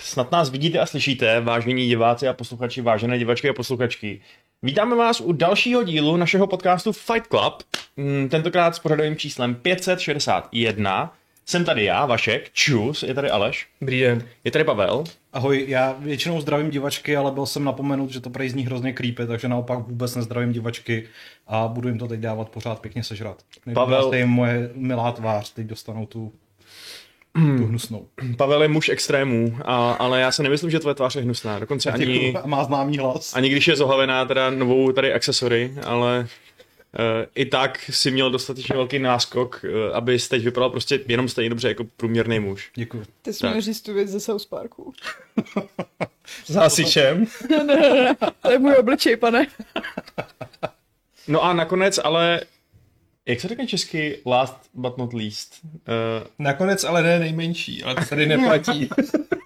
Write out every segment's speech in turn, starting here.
Snad nás vidíte a slyšíte, vážení diváci a posluchači, vážené divačky a posluchačky. Vítáme vás u dalšího dílu našeho podcastu Fight Club, mm, tentokrát s pořadovým číslem 561. Jsem tady já, Vašek, čus, je tady Aleš, Dobrý den. je tady Pavel. Ahoj, já většinou zdravím divačky, ale byl jsem napomenut, že to prej zní hrozně creepy, takže naopak vůbec nezdravím divačky a budu jim to teď dávat pořád pěkně sežrat. Pavel- Pavel... jim moje milá tvář, teď dostanou tu, tu hnusnou. Pavel je muž extrémů, a, ale já si nemyslím, že tvoje tvář je hnusná, dokonce ani, Děkuju, a má známý hlas. ani když je zohavená teda novou tady akcesory, ale eh, i tak si měl dostatečně velký náskok, eh, aby teď vypadal prostě jenom stejně dobře jako průměrný muž. Děkuji. Ty jsi měl říct tu věc ze South Parku. S hasičem. To je můj obličej, pane. No a nakonec ale, jak se řekne česky, last but not least, uh, Nakonec ale ne nejmenší, ale to tady neplatí.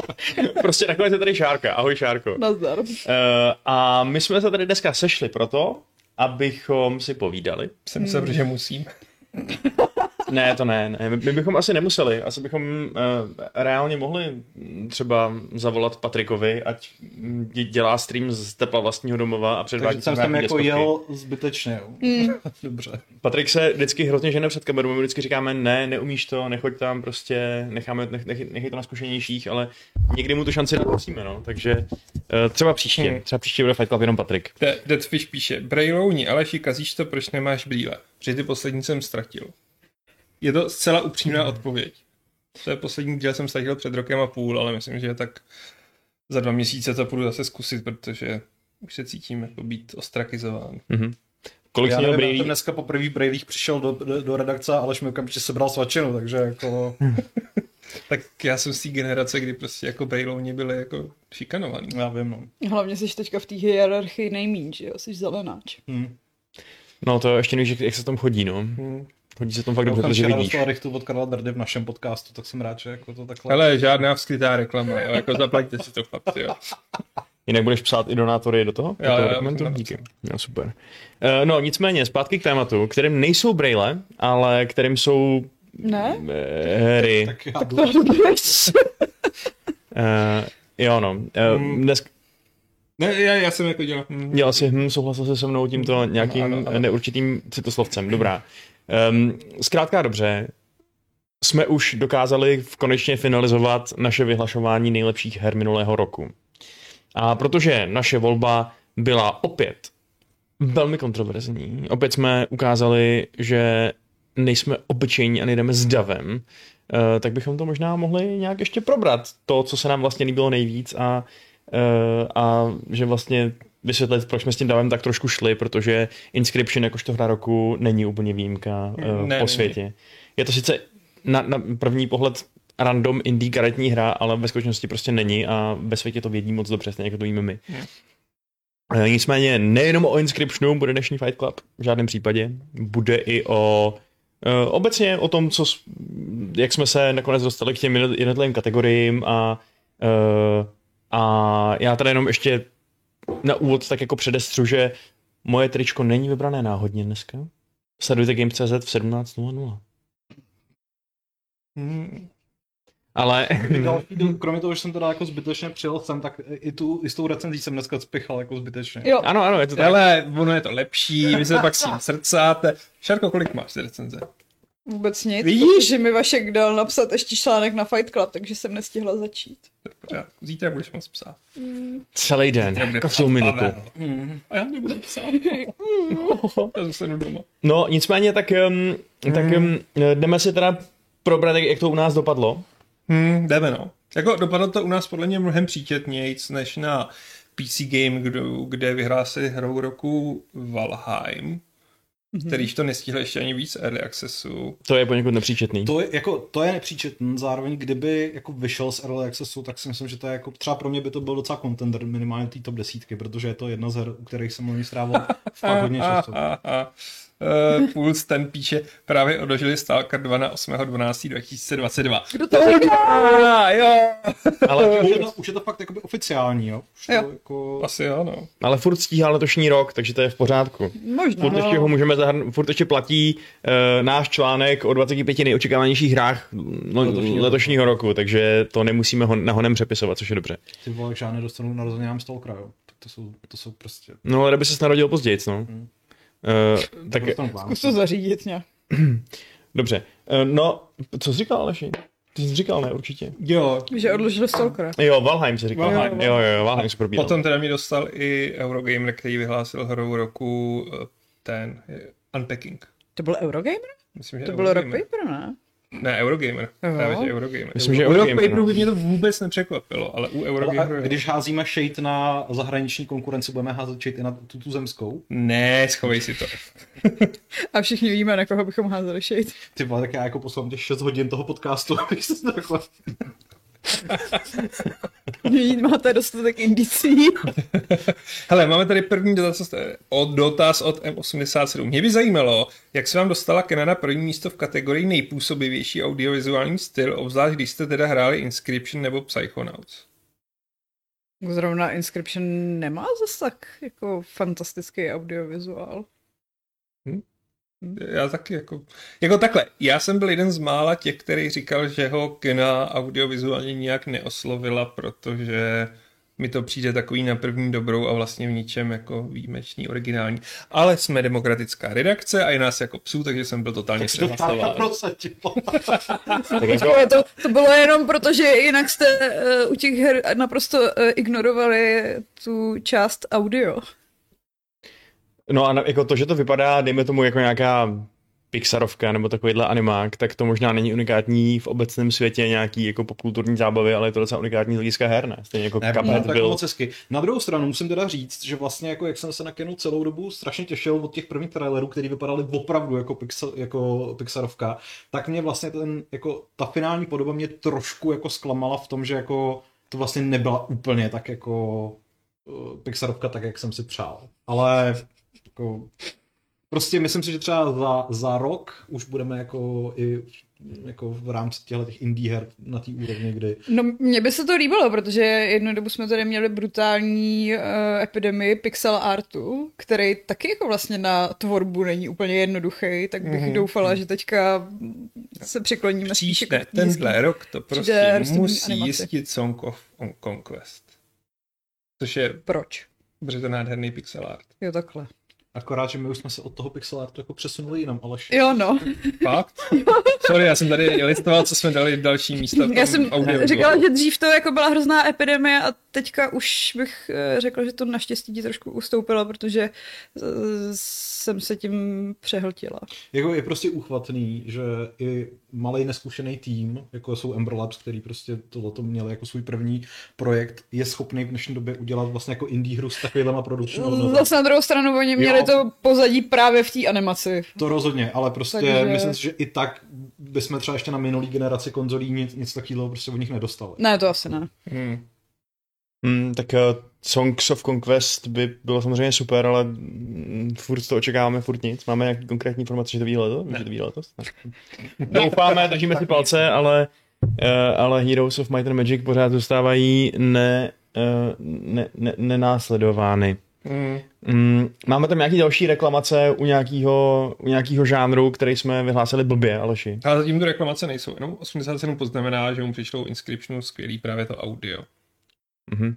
prostě nakonec je tady Šárka, ahoj Šárko. Uh, Nazdar. a my jsme se tady dneska sešli proto, abychom si povídali. Jsem se, protože musím. Ne, to ne, ne. My- My bychom asi nemuseli. Asi bychom uh, reálně mohli mm, třeba zavolat Patrikovi, ať mm, dě- dělá stream z tepla vlastního domova a Takže předvádí jsem nějaký tam jako deskovky. jel zbytečně. jo. Dobře. Patrik se vždycky hrozně žene před kamerou, my vždycky říkáme ne, neumíš to, nechoď tam, prostě necháme, nech, nech, nechej to na zkušenějších, ale někdy mu tu šanci dát musíme, no, takže eh, třeba příště, Hmm. třeba příště bude Fight Club jenom Patrik. De- Deadfish píše, Brailouni, Aleši, kazíš to, proč nemáš brýle? Protože ty poslední jsem ztratil. Je to zcela upřímná odpověď. To je poslední díl jsem ztratil před rokem a půl, ale myslím, že tak za dva měsíce to půjdu zase zkusit, protože už se cítím jako být ostrakizován. Mhm. Kolik jsi Já měl nevím, já brýlí? jsem dneska po první brejlích přišel do, do, do redakce a Aleš mi okamžitě sebral svačinu, takže jako... Hmm. Tak já jsem z té generace, kdy prostě jako Brailouni byli jako šikanovaný. Já vím, no. Hlavně jsi teďka v té hierarchii nejmín, že jo? Jsi zelenáč. Hm. No to ještě nevíš, jak, jak se tam chodí, no. Chodí se tam fakt dobře, Hmm. Já protože jsem vidíš. dostal rychtu od Karla Drdy v našem podcastu, tak jsem rád, že jako to takhle... Ale žádná vskrytá reklama, jo? jako zaplaťte si to chlapci, jo. Jinak budeš psát i donátory do toho? Jo, do toho jo, dokumentu? jo, jsem Díky. No, super. Eh, No nicméně, zpátky k tématu, kterým nejsou brýle, ale kterým jsou Ne? eh, hry. Tak já jdu. Eh, Jo, no. Eh, Hmm. Dnes, Ne, já, já jsem jako dělal. Hm. Dělal si hm, souhlasil se se mnou tímto nějakým eh, Ano, ano. neurčitým citoslovcem, dobrá. Um, zkrátka a dobře, jsme už dokázali v- konečně finalizovat naše vyhlašování nejlepších her minulého roku. A protože naše volba byla opět velmi kontroverzní, opět jsme ukázali, že nejsme obyčejní a nejdeme s davem, eh, tak bychom to možná mohli nějak ještě probrat. To, co se nám vlastně líbilo nejvíc a, eh, a že vlastně vysvětlit, proč jsme s tím davem tak trošku šli, protože Inscription jakožto hra roku není úplně výjimka eh, Ne, po není. světě. Je to sice na, na první pohled random indie karetní hra, ale ve skutečnosti prostě není a ve světě to vědí moc dobře, stejně jako to víme my. Hmm. Eh, Nicméně nejenom o Inscriptionu bude dnešní Fight Club, v žádném případě. Bude i o eh, obecně o tom, co, s- jak jsme se nakonec dostali k těm jedno- jednotlivým kategoriím a, eh, a já tady jenom ještě na úvod tak jako předestřu, že moje tričko není vybrané náhodně dneska. Sledujte Game.cz v 17.00. Hmm. Hm. Ale Další den, Kromě toho, že jsem teda jako zbytečně přijel sem, tak i, tu, i s tou recenzí jsem dneska spichal jako zbytečně. Jo, ano, ano, je to tak. Ale ono je to lepší, vy se pak s tím srdcáte. Šarko, kolik máš ty recenze? vůbec nic. Vidíš? Vidíš? Že mi Vašek dal napsat ještě článek na Fight Club, takže jsem nestihla začít. To je v pořádku. Zítra budeš moc psát. Celý den, Zítra bude každou psát Jako minutu. Pavel. Mm. A já nebudu psát. já zůstanu doma. No, nicméně, tak, um, tak um, jdeme si teda probrat, jak- jak to u nás dopadlo. Hmm, jdeme no. Jako dopadlo to u nás podle mě mnohem příčetnějc než na PC Game, kde, kde vyhrál si hrou roku Valheim, kterýž to nestihl ještě ani víc Early Accessu. To je poněkud nepříčetný. To je, jako, to je nepříčetný, zároveň kdyby jako vyšel z Early Accessu, tak si myslím, že to je jako, třeba pro mě by to byl docela contender minimálně té top desítky, protože je to jedna z her, u kterých jsem loni strávil fakt hodně času. A, a, eh, Puls ten píše, právě odložili Stalker 2 na 8.12.2022. Kdo to říká? Ah, jo! Ale už je to, už je to fakt jakoby oficiální, jo? Už to Jo. jako... Asi jo, no. Ale furt stíhá letošní rok, takže to je v pořádku. Možná. Furt ještě ho můžeme zahrnout, furt ještě platí uh, náš článek o 25 nejočekávanějších hrách no, letošního, Letošního letošního roku. takže to nemusíme ho, na honem přepisovat, což je dobře. Ty vole, žádné dostanu narozeninám Stalkera, jo? Tak to jsou, to jsou prostě... No, ale kdyby se narodil později, no. Uh, tak dostanu k Vánocům. Zkus to zařídit nějak. dobře. Uh, no, co jsi říkal, Aleši? Ty jsi říkal, ne, určitě. Jo, Že odložil Stalkera. Jo, Valheim se říkal. Valheim. Jo, jo, jo, Valheim se probíral. Potom teda mi dostal i Eurogamer, který vyhlásil hrou roku eh, ten eh, Unpacking. To byl Eurogamer? Myslím, že To byl Eurogamer. Rockpaper, ne? Ne, Eurogamer. Jo. Právě, že Eurogamer. Myslím, že u Eurogameru, Eurogameru no. by mě to vůbec nepřekvapilo, ale u ale a Eurogameru... jo. když házíme shade na zahraniční konkurenci, budeme házet shade i na tu, tu zemskou. Ne, schovej si to. A všichni víme, na koho bychom házeli shade. Ty vole, tak já jako poslám těch 6 hodin toho podcastu, abych se to takhle... Nyní máte dostatek indicí. Hele, máme tady první dotaz od, dotaz od M87. Mě by zajímalo, jak se vám dostala Kena na první místo v kategorii nejpůsobivější audiovizuální styl, obzvlášť když jste teda hráli Inscription nebo Psychonauts. Zrovna Inscription nemá zase tak jako fantastický audiovizuál. Já taky jako... Jako takhle, já jsem byl jeden z mála těch, který říkal, že ho Kena audiovizuálně nijak neoslovila, protože mi to přijde takový na první dobrou a vlastně v ničem jako výjimečný, originální. Ale jsme demokratická redakce a je nás jako psů, takže jsem byl totálně Tak přehlasován. jako- prosadil. Tak jako, To, to, to bylo jenom proto, že jinak jste uh, u těch her naprosto uh, ignorovali tu část audio. no a na- jako to, že to vypadá, dejme tomu, jako nějaká Pixarovka nebo takovýhle animák, tak to možná není unikátní v obecném světě nějaký jako popkulturní zábavy, ale je to docela unikátní z hlediska her, ne? Stejně jako Ne, no, Cuphead tak byl. moc hezky. Na druhou stranu musím teda říct, že vlastně jako jak jsem se na Kenu celou dobu strašně těšil od těch prvních trailerů, který vypadaly opravdu jako, pixel, jako Pixarovka, tak mě vlastně ten, jako ta finální podoba mě trošku jako zklamala v tom, že jako to vlastně nebyla úplně tak jako eh, Pixarovka tak, jak jsem si přál. Ale jako, prostě myslím si, že třeba za, za rok už budeme jako i jako v rámci těchto těch indie her na té úrovni, kdy No, mně by se to líbilo, protože jednu dobu jsme tady měli brutální uh, epidemii pixel artu, který taky jako vlastně na tvorbu není úplně jednoduchý, tak bych Mhm. mm-hmm. doufala, že teďka se překloníme Příště, spíše k nízký- tenhle rok to prostě rostlinní musí animaci. jistit Song of on Conquest. Což je, Proč? protože to je nádherný pixel art. Jo, takhle. Akorát, že my už jsme se od toho pixel artu jako přesunuli jinam, ale Jo, no. Fakt? Sorry, já jsem tady listoval, co jsme dali další místa v tom Já jsem audio. říkala, že dřív to jako byla hrozná epidemie a teďka už bych eh, řekla, že to naštěstí ti trošku ustoupilo, protože eh, jsem se tím přehltila. jako je prostě uchvatný, že i malý neskušený tým, jako jsou Ember Labs, který prostě tohleto měl jako svůj první projekt, je schopný v dnešní době udělat vlastně jako indie hru s takovýhlema produkční no. hodnotou. No, Zase na druhou stranu oni měli Jo. to pozadí právě v té animaci. To rozhodně, ale prostě Takže... Takže- myslím si, že i tak bychom třeba ještě na minulý generaci konzolí nic, nic takového prostě od nich nedostali. Ne, to asi ne. Hmm. Hmm, tak eh, Songs of Conquest by bylo samozřejmě super, ale mm, furt to očekáváme, furt nic. Máme nějaký konkrétní informace, že to vyjde letos? Že to vyjde letos? Ne. Doufáme, držíme si palce, ale, eh, ale Heroes of Might and Magic pořád zůstávají ne, eh, ne, ne, nenásledovány. Hmm. Mm, Máme tam nějaký další reklamace u nějakého, u nějakého žánru, který jsme vyhlásili blbě, Aleši. Ale zatím tu reklamace nejsou, jenom 87 poznamená, že mu přišlo u Inscriptionu skvělý právě to audio. Mhm.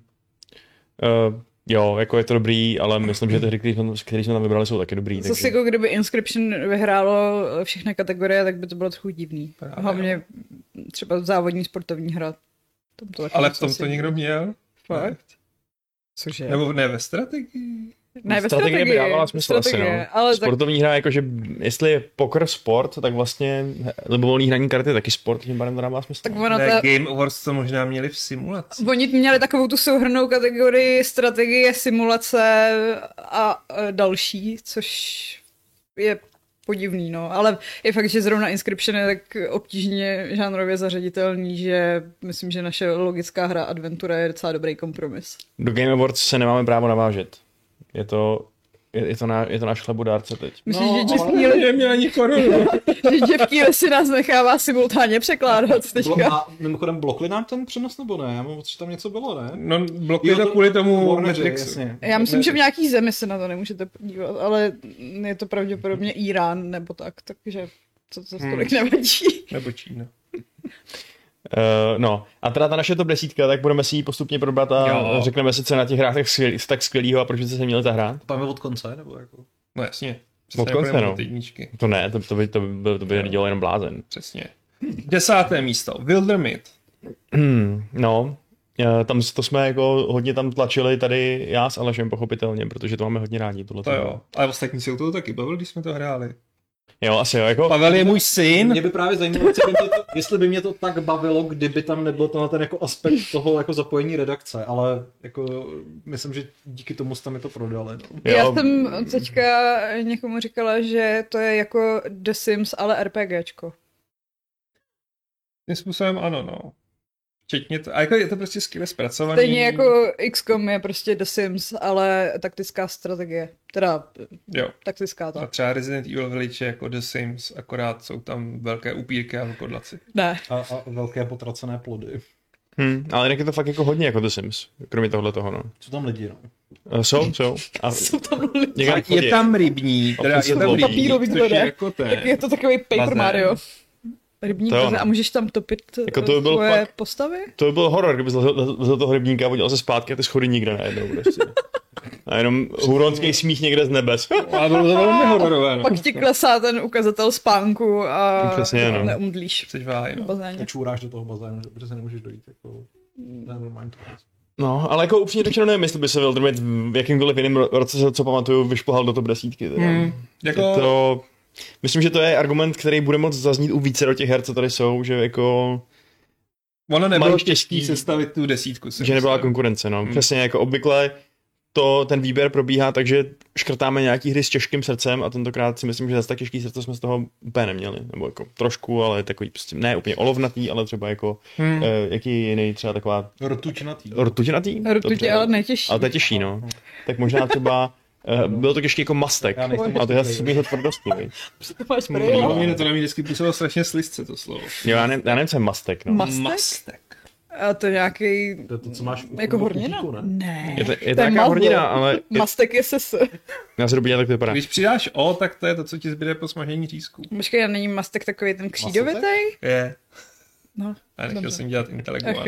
Uh, jo, jako je to dobrý, ale myslím, že ty hry, které jsme, které jsme tam vybrali, jsou taky dobrý. Zase jako kdyby Inscription vyhrálo všechny kategorie, tak by to bylo trochu divný. Právě, Hlavně třeba závodní sportovní hra. Tam to taky Ale v moc tom asi to není. někdo měl? Fakt? Cože? Nebo ne ve strategii? ne, ve strategie strategii. by dávala smysl asi, strategie, no. Ale tak Sportovní hra, jakože jestli je poker sport, tak vlastně libovolný hraní karty je taky sport, tím pádem to dává smysl. Tak no. ono ne, ta... Game Awards to možná měli v simulaci. Oni měli takovou tu souhrnou kategorii strategie, simulace a e, další, což je podivný, no. Ale je fakt, že zrovna Inscription je tak obtížně žánrově zařaditelný, že myslím, že naše logická hra Adventura je docela dobrý kompromis. Do Game Awards se nemáme právo navážet. Je to Je, je, to, na, je to náš chlebodárce teď. Myslím, No, ale- že Jeff Keighley- Ale mě ani korunu. že Jeff Keighley si nás nechává simultánně překládat Blo- teďka. a mimochodem blokli nám ten přenos nebo ne? Já mám pocit, že tam něco bylo, ne? No, blokuje Jo, to to- kvůli tomu Warneři, Matrixu. jasně. Já myslím, že v nějaký zemi se na to nemůžete podívat, ale je to pravděpodobně Irán nebo tak, takže to zase Hmm. tolik nevadí. Nebo Čína. Uh, no, a teda ta naše top desítka, tak budeme si ji postupně probrat a Jo. řekneme si, co je na těch hrách tak, skvělý, tak skvělýho a proč byste se měli ta hrát. Tam je od konce, nebo jako? No jasně. Od Přesně, konce, konce, no. Od jedničky. To ne, to, to by, to by, to by dělal jenom blázen. Přesně. Desáté místo. Wildermit. Hmm, no, eh, tam s- to jsme jako hodně tam tlačili tady já s Alešem pochopitelně, protože to máme hodně rádi. Tohle To jo. Ale ostatní se u toho taky bavil, když jsme to hráli. jo, asi jo, jako Pavel je můj syn. Mě by právě zajímalo, jestli by, mě to, jestli by mě to tak bavilo, kdyby tam nebyl tenhle ten jako aspekt toho jako zapojení redakce, ale jako myslím, že díky tomu jste mi to prodali. No. jo, Já jsem teďka někomu říkala, že to je jako The Sims, ale RPGčko. Tím způsobem ano, no. Včetně to. A jako je to prostě skvěle zpracovaný. Stejně jako XCOM je prostě The Sims, ale taktická strategie. Teda Jo. taktická A ta. třeba Resident Evil Village je jako The Sims, akorát jsou tam velké upírky a vlkodlaci. Ne. A, a velké potracené plody. hm, ale jinak je to fakt jako hodně jako The Sims, kromě tohle toho, no. Jsou tam lidi, no. Eh, Jsou, jsou. A Jsou tam lidi. někam A chodí. je tam rybník, A teda je tam papírový rybník, což dvorek. je jako ten. Tak je to takový Paper Bazén. Mario. Rybník To jo, bazén. no. a můžeš tam topit eh, Jako to by byl svoje fakt- postavy? To by byl horor, kdyby z toho rybníka a udělal se zpátky a ty schody nikde najednou prostě. A jenom huronský smích někde z nebes. Ale bylo to velmi hororové, no. Pak ti klesá ten ukazatel spánku a Přesně, no. neumdlíš Což váhy, v no. bazéně. A čůráš do toho bazénu, že- protože se nemůžeš dojít. Jako... To prostě. je normální. No, ale jako upřímně řečeno nevím, jestli by se Wildermit v jakýmkoliv jiném ro- roce, se, co pamatuju, vyšplhal do top desítky. Teda. Hmm. Jako, Je to... Myslím, že to je argument, který bude moc zaznít u více do těch her, co tady jsou, že jako, ono mají nebylo štěstí, těžký sestavit tu desítku. si že nebyla myslím. konkurence, no. Hmm. Přesně, jako obvykle to, ten výběr probíhá, takže škrtáme nějaký hry s těžkým srdcem a tentokrát si myslím, že zase tak těžký srdce jsme z toho úplně neměli. Nebo jako trošku, ale takový prostě, ne úplně olovnatý, ale třeba jako, Hmm. hmm. jaký jiný třeba taková Rtučnatý. rtutinatý? Rtutě, Dobře. ale netěžší. Ale to je těžší, no. Tak možná třeba eh, byl to těžký jako mastek, Já nejsem a to je moc asi to tvrdostí, viď? To máš brýle. Brýle. No, mě to na mě vždycky působilo strašně slizce to slovo. Jo, já nevím, já nevím, co je mastek, no. Mastek? A to je nějaký... To je to, Mm. co máš u- Jako u hornina? kotíku, ne? Ne. Je to, je To to je nějaká mazl. hornina, ale je, Mastek je ses. já zhruba tak to vypadá. Když přidáš O, tak to je to, co ti zbyde po smažení řízku. Počkej, a není mastek takový ten křídovitý? Je. No, A nechtěl Dobře. jsem dělat ach jo. intelektuál.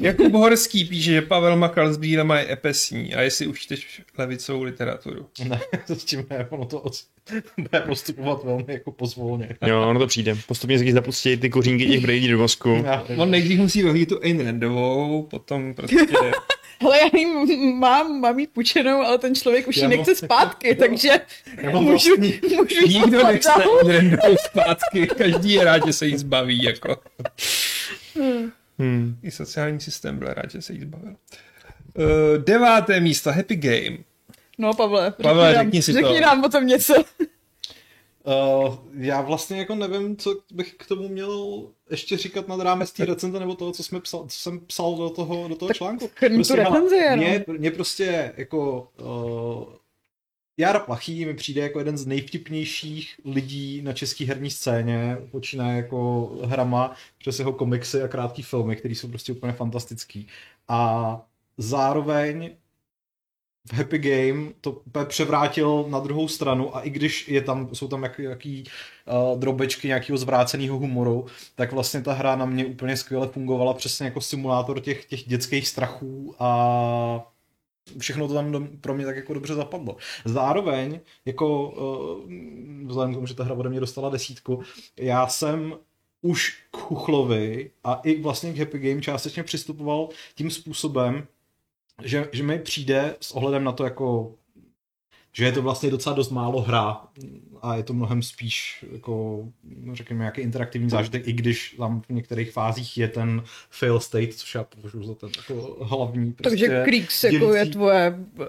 Jakub Horský píše, že Pavel Makal s brýlema je epesní a jestli už čteš levicovou literaturu. Ne, to s tím ne, ono to os- bude postupovat velmi jako pozvolně. Jo, ono to přijde. Postupně se zapustí ty kořínky těch brýlí do mozku. Já nevím. On nejdřív musí dohlít tu Ayn Randovou, potom prostě... Hele, já ji mám, mám jí půjčenou, ale ten člověk už ji Já mám- nechce zpátky, takže Já mám můžu, můžu jí Nikdo poslat nechce dál. Ayn Randovou zpátky, každý je rád, že se jí zbaví, jako. Hmm. I sociální systém byl rád, že se jí zbavil. Uh, deváté místo, Happy Game. No, Pavle, Pavle, nám- řekni si to. řekni nám o tom něco. Uh, já vlastně jako nevím, co bych k tomu měl ještě říkat nad rámec té recenze nebo toho, co, jsme psal, co jsem psal do toho, do toho Tak článku. Prostě chrni tu hele, recenzi jenom. mě, mě prostě jako uh, Jara Plachý mi přijde jako jeden z nejvtipnějších lidí na české herní scéně, počínaje jako hrama přes jeho komiksy a krátký filmy, které jsou prostě úplně fantastický. A zároveň v Happy Game to úplně převrátil na druhou stranu a i když je tam, jsou tam jak, jaký uh, drobečky nějakého zvráceného humoru, tak vlastně ta hra na mě úplně skvěle fungovala přesně jako simulátor těch, těch dětských strachů a všechno to tam do, pro mě tak jako dobře zapadlo. Zároveň, jako uh, vzhledem k tomu, že ta hra ode mě dostala desítku, já jsem už k Chuchlovi a i vlastně k Happy Game částečně přistupoval tím způsobem, že, že mi přijde s ohledem na to jako že je to vlastně docela dost málo hra a je to mnohem spíš jako, řekněme, nějaký interaktivní zážitek, i když tam v některých fázích je ten fail state, což já považuju za ten jako hlavní prostě Takže Kriegs jako je dělící- tvoje eh,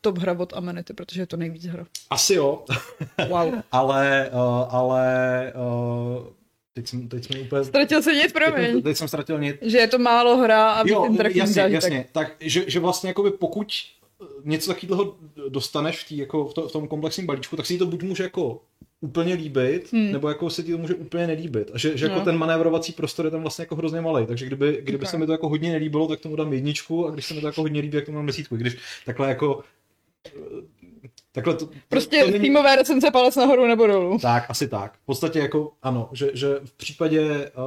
top hra od Amenity, protože je to nejvíc hra. Asi jo, Wow. ale, uh, ale uh, teď, jsem, teď jsme úplně... Ztratil se nic, teď, jsem- promiň. teď jsem ztratil nit. Že je to málo hra a víc Jo, interaktivní jasně, zážitek. jasně. Tak, že, že vlastně jakoby pokud něco takového dostaneš v, tý, jako v, to, v tom komplexním balíčku, tak si ti to buď může jako úplně líbit, hmm. nebo jako se ti to může úplně nelíbit. A že, že jako No. ten manévrovací prostor je tam vlastně jako hrozně malý. Takže kdyby, kdyby Tak. se mi to jako hodně nelíbilo, tak tomu dám jedničku a když se mi to jako hodně líbí, tak tomu dám desítku. I Když takhle jako eh, takhle to, Prostě to není- týmové recenze palec nahoru nebo dolů. tak, asi tak. V podstatě jako ano, že, že v případě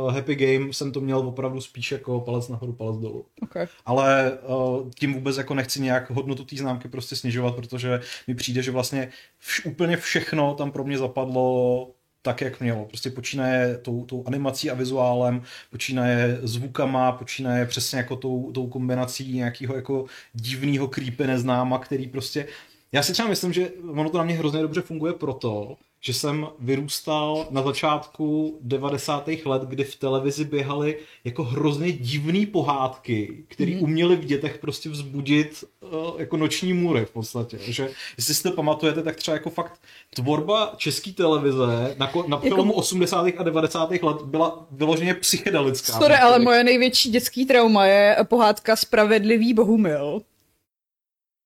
uh, Happy Game jsem to měl opravdu spíš jako palec nahoru, palec dolů. Okay. Ale uh, tím vůbec jako nechci nějak hodnotu té známky prostě snižovat, protože mi přijde, že vlastně vš, úplně všechno tam pro mě zapadlo tak, jak mělo. Prostě počínaje tou, tou animací a vizuálem, počínaje zvukama, počínaje přesně jako tou, tou kombinací nějakého jako divného creepy neznáma, který prostě... Já si třeba myslím, že ono to na mě hrozně dobře funguje proto, že jsem vyrůstal na začátku 90. let, kdy v televizi běhaly jako hrozně divné pohádky, které Mhm. mm. uměly v dětech prostě vzbudit eh, jako noční můry v podstatě. Že, jestli si to pamatujete, tak třeba jako fakt tvorba české televize na, ko- na Jako přelomu 80. a 90. let byla vyloženě psychedelická. Prostě- Sorry, Protože- ale moje největší dětský trauma je pohádka Spravedlivý Bohumil.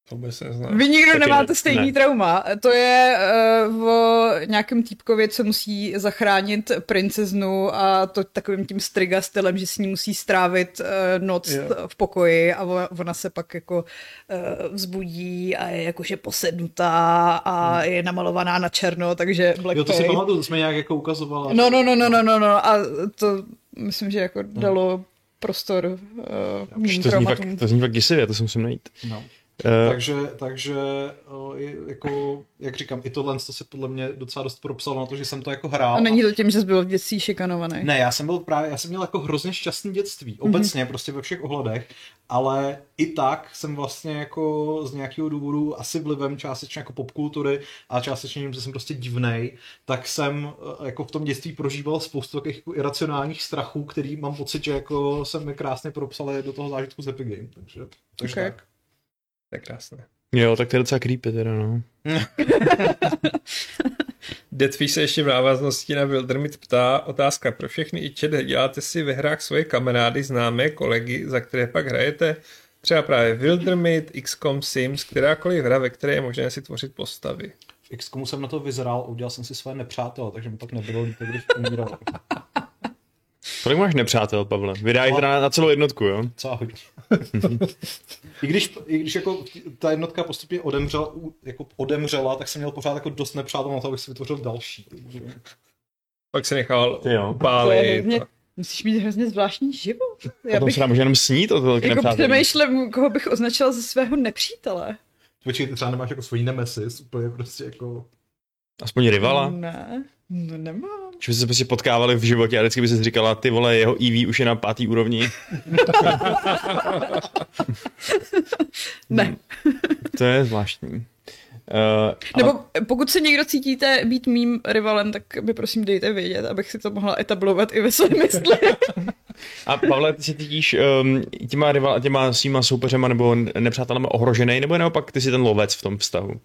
To vůbec neznám. Vy nikdo Taky nemáte ne, stejný ne. trauma. To je uh, o nějakém týpkově, co musí zachránit princeznu a to takovým tím striga stylem, že s ní musí strávit uh, noc Jo. v pokoji a o- ona se pak jako uh, vzbudí a je jakože posednutá a je namalovaná na černo, takže Jo, to si blackface. pamatuju, to jsme nějak jako ukazovala. No, no, no, no, no, no, no. A to myslím, že jako Hmm. dalo prostor uh, mým To zní, fakt, traumatům. to zní fakt děsivě, to si musím najít. no. Eh, Takže, takže o, je- jako, jak říkám, i tohle to se podle mě docela dost propsalo na to, že jsem to jako hrál. A není to tím, že jsi byl v dětství šikanovaný. Ne, já jsem byl právě, já jsem měl jako hrozně šťastný dětství, obecně, Mhm. mm-hmm. prostě ve všech ohledech, ale i tak jsem vlastně jako z nějakého důvodu, asi vlivem částečně jako popkultury a částečně tím, že jsem prostě divnej, tak jsem eh, jako v tom dětství prožíval spoustu takových jako iracionálních strachů, který mám pocit, že jako jsem mi krásně propsali do toho zážitku z Happy Game, takže, takže okay. Okay. tak. To je krásné. Jo, tak to je docela creepy teda, no. Deadfish se ještě v návaznosti na Wildermit ptá, otázka pro všechny i čede, děláte si ve hrách svoje kamarády, známé, kolegy, za které pak hrajete? Třeba právě Wildermit, XCOM, Sims, kterákoliv hra, ve které je možné si tvořit postavy. V XCOMu jsem na to vyzrál, a udělal jsem si své nepřátele, takže mi pak nebylo líto, když umíral. Kolik máš nepřátel, Pavle? No. Vydáš teda na celou jednotku, jo? Celá hodně. I když, I když jako ta jednotka postupně odemřela, u- jako odemřela, tak jsem měl pořád jako dost nepřátel na to, abych si vytvořil další. Pak se nechal Ty jo. To je hrozně, upálit. musíš mít hrozně zvláštní život. Já Já Potom bych se nám může jenom snít o tolik jako nepřátel. přemýšlím, koho bych označila za svého nepřítele. Počkej, ty třeba nemáš jako svůj nemesis, úplně prostě jako... Aspoň rivala. Ne, no nemám. Že by se prostě potkávali v životě a vždycky by se říkala, ty vole, jeho EV už je na pátý úrovni. Ne. To je zvláštní. Uh, Nebo pokud se někdo cítíte být mým rivalem, tak mi prosím dejte vědět, abych si to mohla etablovat i ve svém mysli. a, a Pavle, ty se cítíš um, těma, rival, těma svýma soupeřema nebo nepřátelama ohrožený, nebo je naopak ty jsi ten lovec v tom vztahu?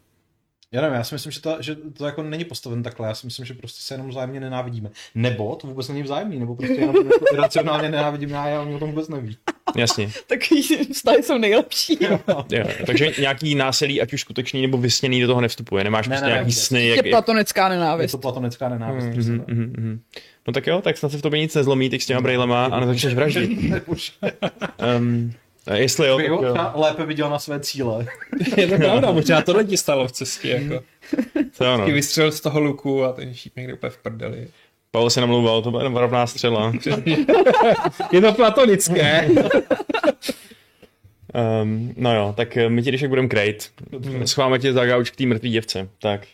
Já nevím, já si myslím, že, ta, že to jako není postaven takhle, já si myslím, že prostě se jenom vzájemně nenávidíme. Nebo to vůbec není vzájemný, nebo prostě jenom jako iracionálně nenávidíme a já o něm o tom vůbec nevím. Jasně. Takový vztahy jsou nejlepší. Jo. Takže nějaký násilí, ať už skutečný nebo vysněný, do toho nevstupuje. Nemáš Ne, prostě ne, ne, nějaký vůbec. sny, Je jak, platonická Je nenávist. to platonická nenávist. Mhm, mhm, mhm. No tak jo, tak snad se v tobě nic nezlomí, ty s těma brejlema a nezačneš vraždit. mhm. Um, jestli jo, Aby tak ho jo. třeba lépe viděl na své cíle. Je to pravda, možná tohle ti stalo v cestě. Jako. To jo, no. Taky vystřelil z toho luku a ten šíp někde úplně v prdeli. Pavel se namlouval, to byla jenom rovná střela. Je to platonické. Um, no jo, tak eh, my ti když tak budeme krejt, schváme tě za gauč k té mrtvý děvce, tak.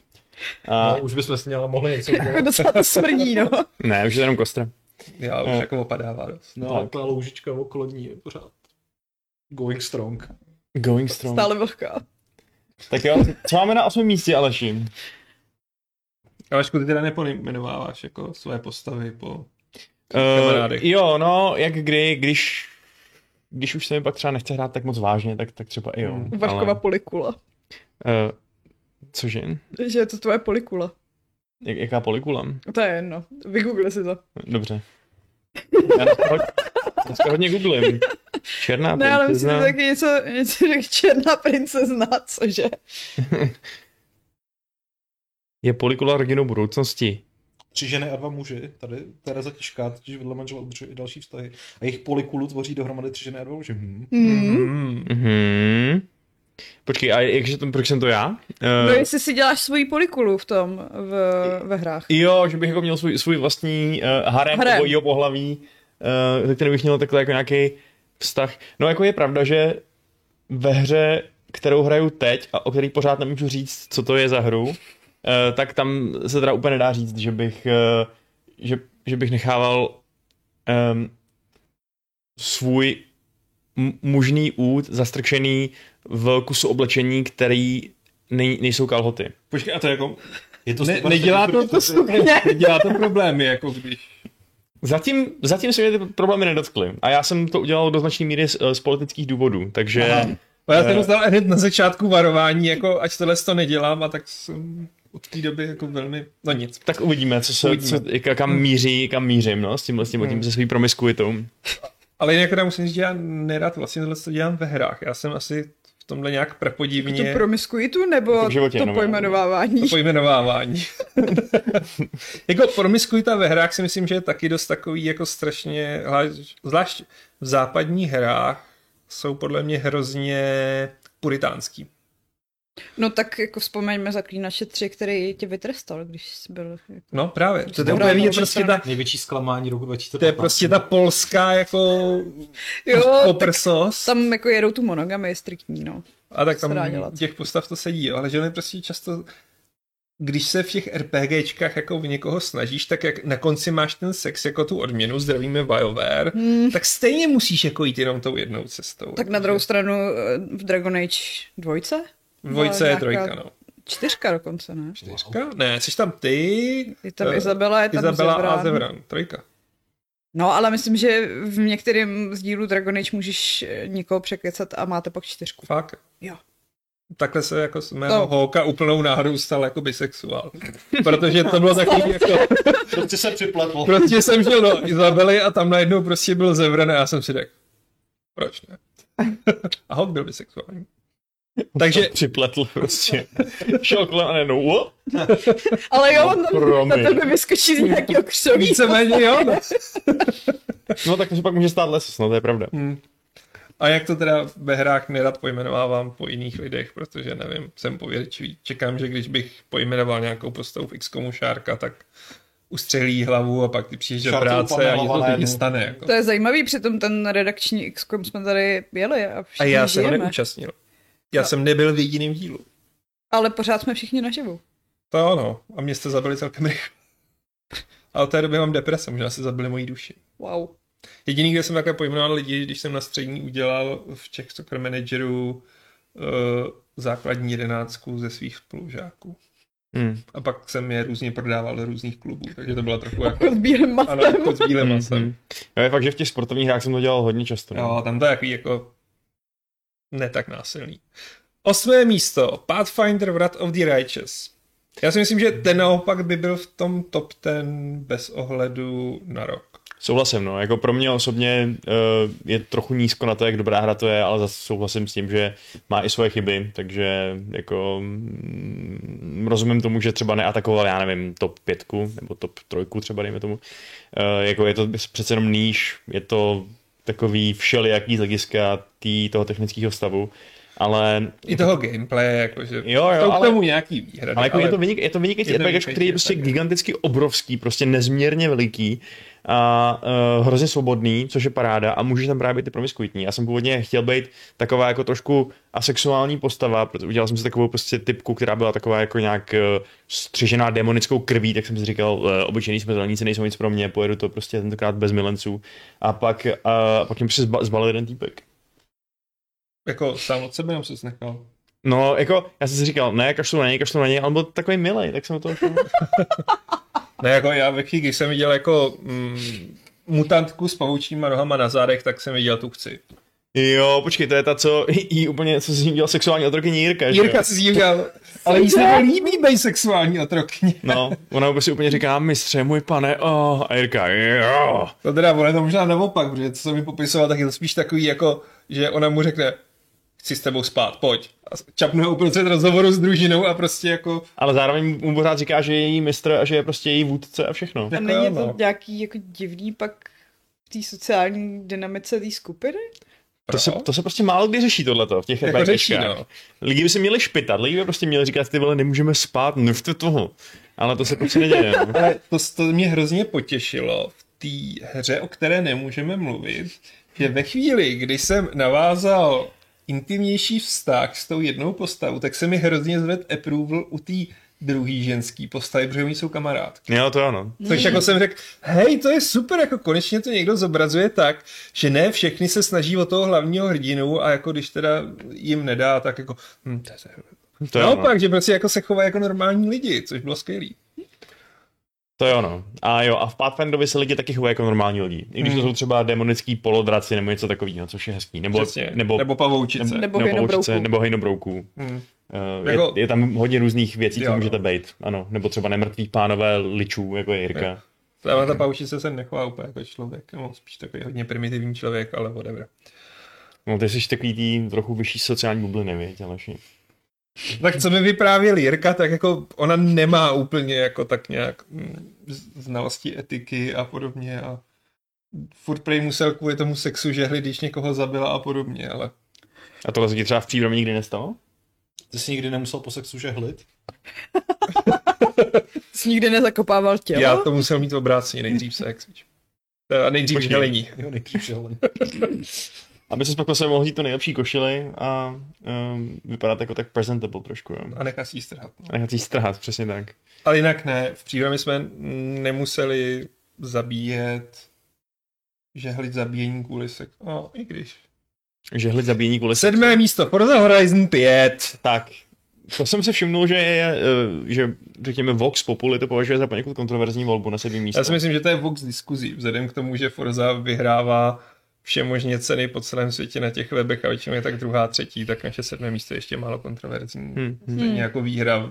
A už bychom s měla mohli něco Jako docela to smrdí, no. ne, už je to jenom kostra. Já už jako opadává dost. No, tak. ta loužička okolo ní je pořád going strong. Going strong. Stále vlhká. Tak jo, co máme na osmém místě, Aleši? Aleško, ty teda nepojmenováváš jako své postavy po... Uh, Kamarády. jo, no, jak kdy, když když už se mi pak třeba nechce hrát tak moc vážně, tak, tak třeba i jo. Vaškova polikula. Ale, uh, cože? Že je to tvoje polikula. Jak, jaká polikula? To je jedno. Vygoogli si to. Dobře. Já dneska, ho- dneska hodně googlím. Černá Ne, ale myslím, že princezna. taky něco, něco jak černá princezna, cože? Je polikular rodinou budoucnosti. Tři ženy a dva muži, tady Tereza Tišká, totiž vedle manžela udržuje i další vztahy. A jejich polikulu tvoří dohromady tři ženy a dva muži. Hmm. Hmm. Mm. Mhm. Počkej, a jakže to, proč jsem to já? No Eh, jestli si děláš svoji polikulu v tom, v, ve hrách. Jo, že bych jako měl svůj, svůj vlastní uh, harem, Harem. harem. obojího pohlaví, uh, který bych měl takhle jako nějaký vztah. No jako je pravda, že ve hře, kterou hraju teď a o který pořád nemůžu říct, co to je za hru, uh, tak tam se teda úplně nedá říct, že bych, uh, že, že bych nechával um, svůj m- mužný út zastrčený v kusu oblečení, který nej, nejsou kalhoty. Počkej, a to jako, Je to ne, super nedělá to, stejný, to protože- Ne. nedělá to problémy, jako když, Zatím, zatím se mě ty problémy nedotkly. A já jsem to udělal do značné míry z, eh, z politických důvodů, takže... Aha. A No, já jsem dostal hned na začátku varování, jako ať tohle to nedělám, a tak jsem od té doby jako velmi, no nic. Tak uvidíme, co se, Uvidíme. Hmm. Co, ka- kam míří, kam mířím, no, s tímhle, s tím, tím, se svým promiskuitou. Ale jinak teda musím říct, že já nerad vlastně tohle to dělám ve hrách. Já jsem asi v tomhle nějak Tu prapodivně promiskuitu nebo v životě, to no. pojmenovávání? to pojmenovávání. jako promiskuita ve hrách si myslím, že je taky dost takový jako strašně, hla- zvlášť v západních hrách jsou podle mě hrozně puritánský. No tak jako vzpomeňme zaklínače 3, který tě vytrestal, když jsi byl... No právě, to je Dobrá, úplně vidět dobrá prostě ta, Největší zklamání roku 2015. to je prostě ta polská jako Jo, tak oprsos. tam jako jedou tu monogamy striktní, no. A tak se tam dá dělat. těch postav to sedí, jo, ale že oni prostě často, když se v těch RPGčkách jako v někoho snažíš, tak jak na konci máš ten sex jako tu odměnu, zdravíme BioWare, hmm. tak stejně musíš jako jít jenom tou jednou cestou. Tak na druhou stranu eh, v Dragon Age dvojce? Dvojce byla je nějaká- trojka, no. Čtyřka dokonce, ne? Čtyřka? Ne, jsi tam ty, Je tam eh, Izabela, je tam Izabela Zebran. a Zevran, trojka. No, ale myslím, že v některém z dílů Dragon Age můžeš eh, někoho překecat a máte pak čtyřku. Fakt. Jo. Takhle se jako z mého No. no. holka úplnou náhodou stal jako bisexuál. Protože to bylo takový jako, Prostě se připletlo. prostě jsem šel do Izabely a tam najednou prostě byl Zevran a já jsem si řekl, proč ne? A holk byl bisexuální. Takže, Připletl prostě. Šel kolem a nejenom, "Wo?" Ale jo, No, on tam na promiň. tebe vyskočí z nějakého křoví. víceméně jo. no. No tak to se pak může stát lesos, no to je pravda. Hmm. A jak to teda ve hrách nerad pojmenovávám po jiných lidech, protože nevím, jsem pověrčivý. Čekám, že když bych pojmenoval nějakou postavu v XCOMu Šárka, tak ustřelí hlavu a pak ty přijdeš do Šárce práce upadne a hlava něco na se ti jednu. stane. Jako. To je zajímavý, přitom ten redakční XCOM jsme tady jeli a všichni A já se ho žijeme. neúčastnil. Já No. jsem nebyl v jediném dílu. Ale pořád jsme všichni naživu. To ano. A mě jste zabili celkem rychle. A od té doby mám deprese, možná se zabili moji duši. Wow. Jediný, kde jsem takhle pojmenoval lidi, když jsem na střední udělal v Czech Soccer Manageru uh, základní jedenáctku ze svých spolužáků. Hmm. A pak jsem je různě prodával do různých klubů, takže to bylo trochu jako... Pod bílým Ano, matem. jako s bílým masem. Mhm. Jo, je fakt, že v těch sportovních hrách jsem to dělal hodně často. no. Jo, tam to je takový jako... Ne tak násilný. Osmé místo. Pathfinder Wrath of the Righteous. Já si myslím, že ten naopak by byl v tom top ten bez ohledu na rok. Souhlasím, no. Jako pro mě osobně uh, je trochu nízko na to, jak dobrá hra to je, ale zase souhlasím s tím, že má i svoje chyby, takže jako mm, rozumím tomu, že třeba neatakoval, já nevím, top pětku nebo top trojku třeba, dejme tomu. Uh, jako je to přece jenom níž, je to takový všelijaký z hlediska tý, toho technického stavu, ale I toho gameplay, jako jakože... Jo, jo, jsou k ale- tomu nějaký výhrady. ale, jako je, to vynik, je to vynikající Je to RPG, který je vynikající prostě RPG. giganticky obrovský, prostě nezměrně veliký a uh, hrozně svobodný, což je paráda a můžeš tam právě být i promiskuitní. Já jsem původně chtěl být taková jako trošku asexuální postava, protože udělal jsem si takovou prostě typku, která byla taková jako nějak uh, střižená demonickou krví, tak jsem si říkal, uh, obyčejný smrtelníci nejsou nic pro mě, pojedu to prostě tentokrát bez milenců a pak, uh, pak mě prostě zba- zbalil jeden týpek. Jako sám od sebe, jenom se nechal. No, jako, já jsem si říkal, ne, kašlu na něj, kašlu na něj, ale byl takový milej, tak jsem do toho šel. Ne, jako já ve chvíli, když jsem viděl jako mm, mutantku s pavoučíma nohama na zádech, tak jsem viděl tu chci. Jo, počkej, to je ta, co jí úplně, co si z ní dělal sexuální otrokyně Jirka, že jo? Jirka si s ním dělal, ale jí se to líbí být sexuální otrokně. No, ona si úplně říká, mistře, můj pane, oh, a Jirka, jo. To No teda, ono je to možná naopak, protože co jsem mi popisoval, tak je to spíš takový jako, že ona mu řekne, chci s tebou spát, pojď. A čapne ho uprostřed rozhovoru s družinou a prostě jako, Ale zároveň mu pořád říká, že je její mistr a že je prostě její vůdce a všechno. A jako není jo, no. to nějaký jako divný pak v té sociální dynamice té skupiny? To se, to se prostě málo kdy řeší tohleto v těch Jako řeší, RPGčkách. no. Lidi by se měli špitat, lidi by prostě měli říkat, ty vole, nemůžeme spát, nefte toho. Ale to se prostě neděje. no. Ale to, to mě hrozně potěšilo v té hře, o které nemůžeme mluvit, že ve chvíli, kdy jsem navázal intimnější vztah s tou jednou postavou, tak se mi hrozně zved approval u té druhý ženský postavy, protože oni jsou kamarádky. Jo, to ano. Což jako jsem řekl, hej, to je super, jako konečně to někdo zobrazuje tak, že ne všechny se snaží o toho hlavního hrdinu a jako když teda jim nedá, tak jako, hm, to je To je ono. Naopak, že prostě jako se chovají jako normální lidi, což bylo skvělý. To je ono. A jo, a v Pathfinderovi se lidi taky chovají jako normální lidi. I když to Hmm. jsou třeba demonický polodraci nebo něco takového, což je hezký. Nebo, Přesně. nebo, nebo pavoučice. nebo hejnobrouku. hejnobrouků. nebo hejnobrouků. Hmm. Eh, Jako- Je, je, tam hodně různých věcí, co Jo, no. můžete být. Ano, nebo třeba nemrtví pánové ličů, jako je Jirka. Ta, ta paušice se nechová úplně jako člověk, no, spíš takový hodně primitivní člověk, ale whatever. No, ty jsi takový tý trochu vyšší sociální bubliny, věď, Aleši. Tak co mi vyprávěl Jirka, tak jako ona nemá úplně jako tak nějak mm, z- znalosti etiky a podobně a furt prej musel kvůli tomu sexu žehlit, když někoho zabila a podobně, ale A tohle se ti třeba v přírodě nikdy nestalo? Ty jsi nikdy nemusel po sexu žehlit? Jsi nikdy nezakopával tělo? já to musel mít obráceně, nejdřív sex. víš. Eh, A nejdřív Počkej. želení. Jo, nejdřív žehlení. Aby se pak se mohl jít to nejlepší košili a um, vypadat jako tak presentable trošku, jo. A nechá si ji strhat. No. A nechat jí strhat, přesně tak. Ale jinak ne, v přírodě jsme nemuseli zabíjet, žehlit zabíjení kvůli sexu. No, i když. Žehlit zabíjení kvůli Sedmé místo, Forza Horizon 5. Tak, to jsem se všimnul, že, je, eh, že řekněme Vox Populi to považuje za poněkud kontroverzní volbu na sedmý místo. Já si myslím, že to je vox diskuzí, vzhledem k tomu, že Forza vyhrává všemožně ceny po celém světě na těch webech a většinou je tak druhá, třetí, tak naše sedmé místo je ještě málo kontroverzní. Hm, hm. Stejně jako výhra v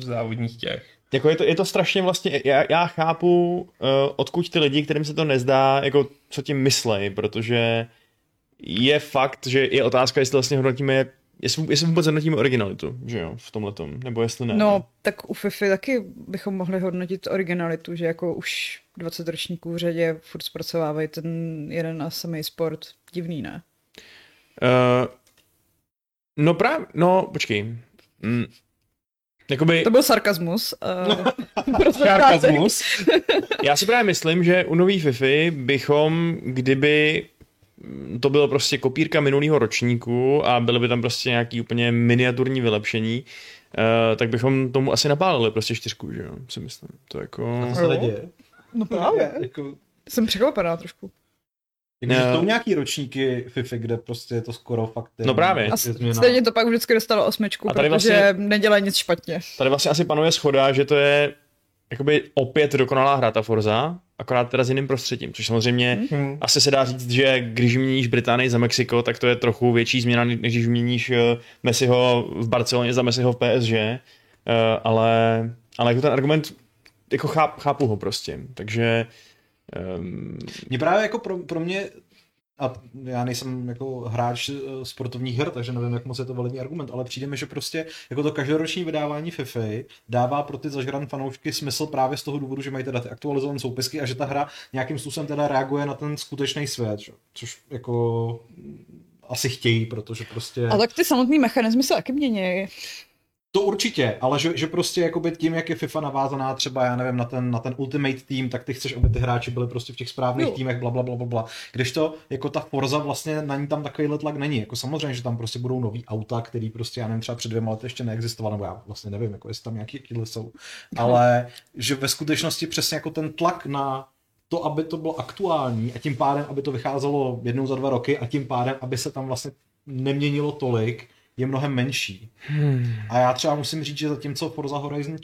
v závodních těch. Jako je to, je to strašně vlastně, já, já chápu, uh, odkud ty lidi, kterým se to nezdá, jako co tím myslej, protože je fakt, že je otázka, jestli vlastně hodnotíme, jestli, jestli vůbec hodnotíme originalitu, že jo, v tomhle nebo jestli ne. No, tak u FIFA taky bychom mohli hodnotit originalitu, že jako už 20 ročníků v řadě furt zpracovávají ten jeden a samý sport. Divný, ne? Uh, no právě, no počkej. Mm. Jakoby, To byl sarkazmus. No. Uh, Sarkazmus. já si právě myslím, že u nový Fify bychom, kdyby to bylo prostě kopírka minulého ročníku a byly by tam prostě nějaký úplně miniaturní vylepšení, eh, tak bychom tomu asi napálili prostě čtyřku, že jo, si myslím. To jako... To se neděje. no právě. Jako, Jsem překvapená trošku. Jakože No. jsou nějaký ročníky FIFA, kde prostě je to skoro fakt... No právě. A je s- změna. stejně to pak vždycky dostalo osmičku, A tady protože vlastně- vlastně... nedělá nic špatně. Tady vlastně asi panuje schoda, že to je jakoby opět dokonalá hra ta Forza, akorát teda s jiným prostředím, což samozřejmě Hm. asi se dá říct, že když měníš Británii za Mexiko, tak to je trochu větší změna, než když měníš eh, Messiho v Barceloně za Messiho v PSG, eh, ale, ale jako ten argument, jako cháp, chápu ho prostě, takže um, Mě právě jako pro, pro mě, a já nejsem jako hráč eh, sportovních her, takže nevím, jak moc je to validní argument, ale přijde mi, že prostě jako to každoroční vydávání FIFA dává pro ty zažran fanoušky smysl právě z toho důvodu, že mají teda ty aktualizované soupisky a že ta hra nějakým způsobem teda reaguje na ten skutečný svět, že? což jako mm, asi chtějí, protože prostě... A tak ty samotný mechanismy se taky mění. To určitě, ale že, že prostě jakoby tím, jak je FIFA navázaná třeba, já nevím, na ten, na ten Ultimate tým, tak ty chceš, aby ty hráči byli prostě v těch správných Jo. týmech, bla, bla, bla, bla, bla. Když to, jako ta Forza vlastně na ní tam takovýhle tlak není. Jako samozřejmě, že tam prostě budou nový auta, který prostě, já nevím, třeba před dvěma lety ještě neexistoval, nebo já vlastně nevím, jako jestli tam nějaký jakýhle jsou. Ale že ve skutečnosti přesně jako ten tlak na to, aby to bylo aktuální a tím pádem, aby to vycházelo jednou za dva roky a tím pádem, aby se tam vlastně neměnilo tolik, je mnohem menší. Hmm, A já třeba musím říct, že zatímco Forza Horizon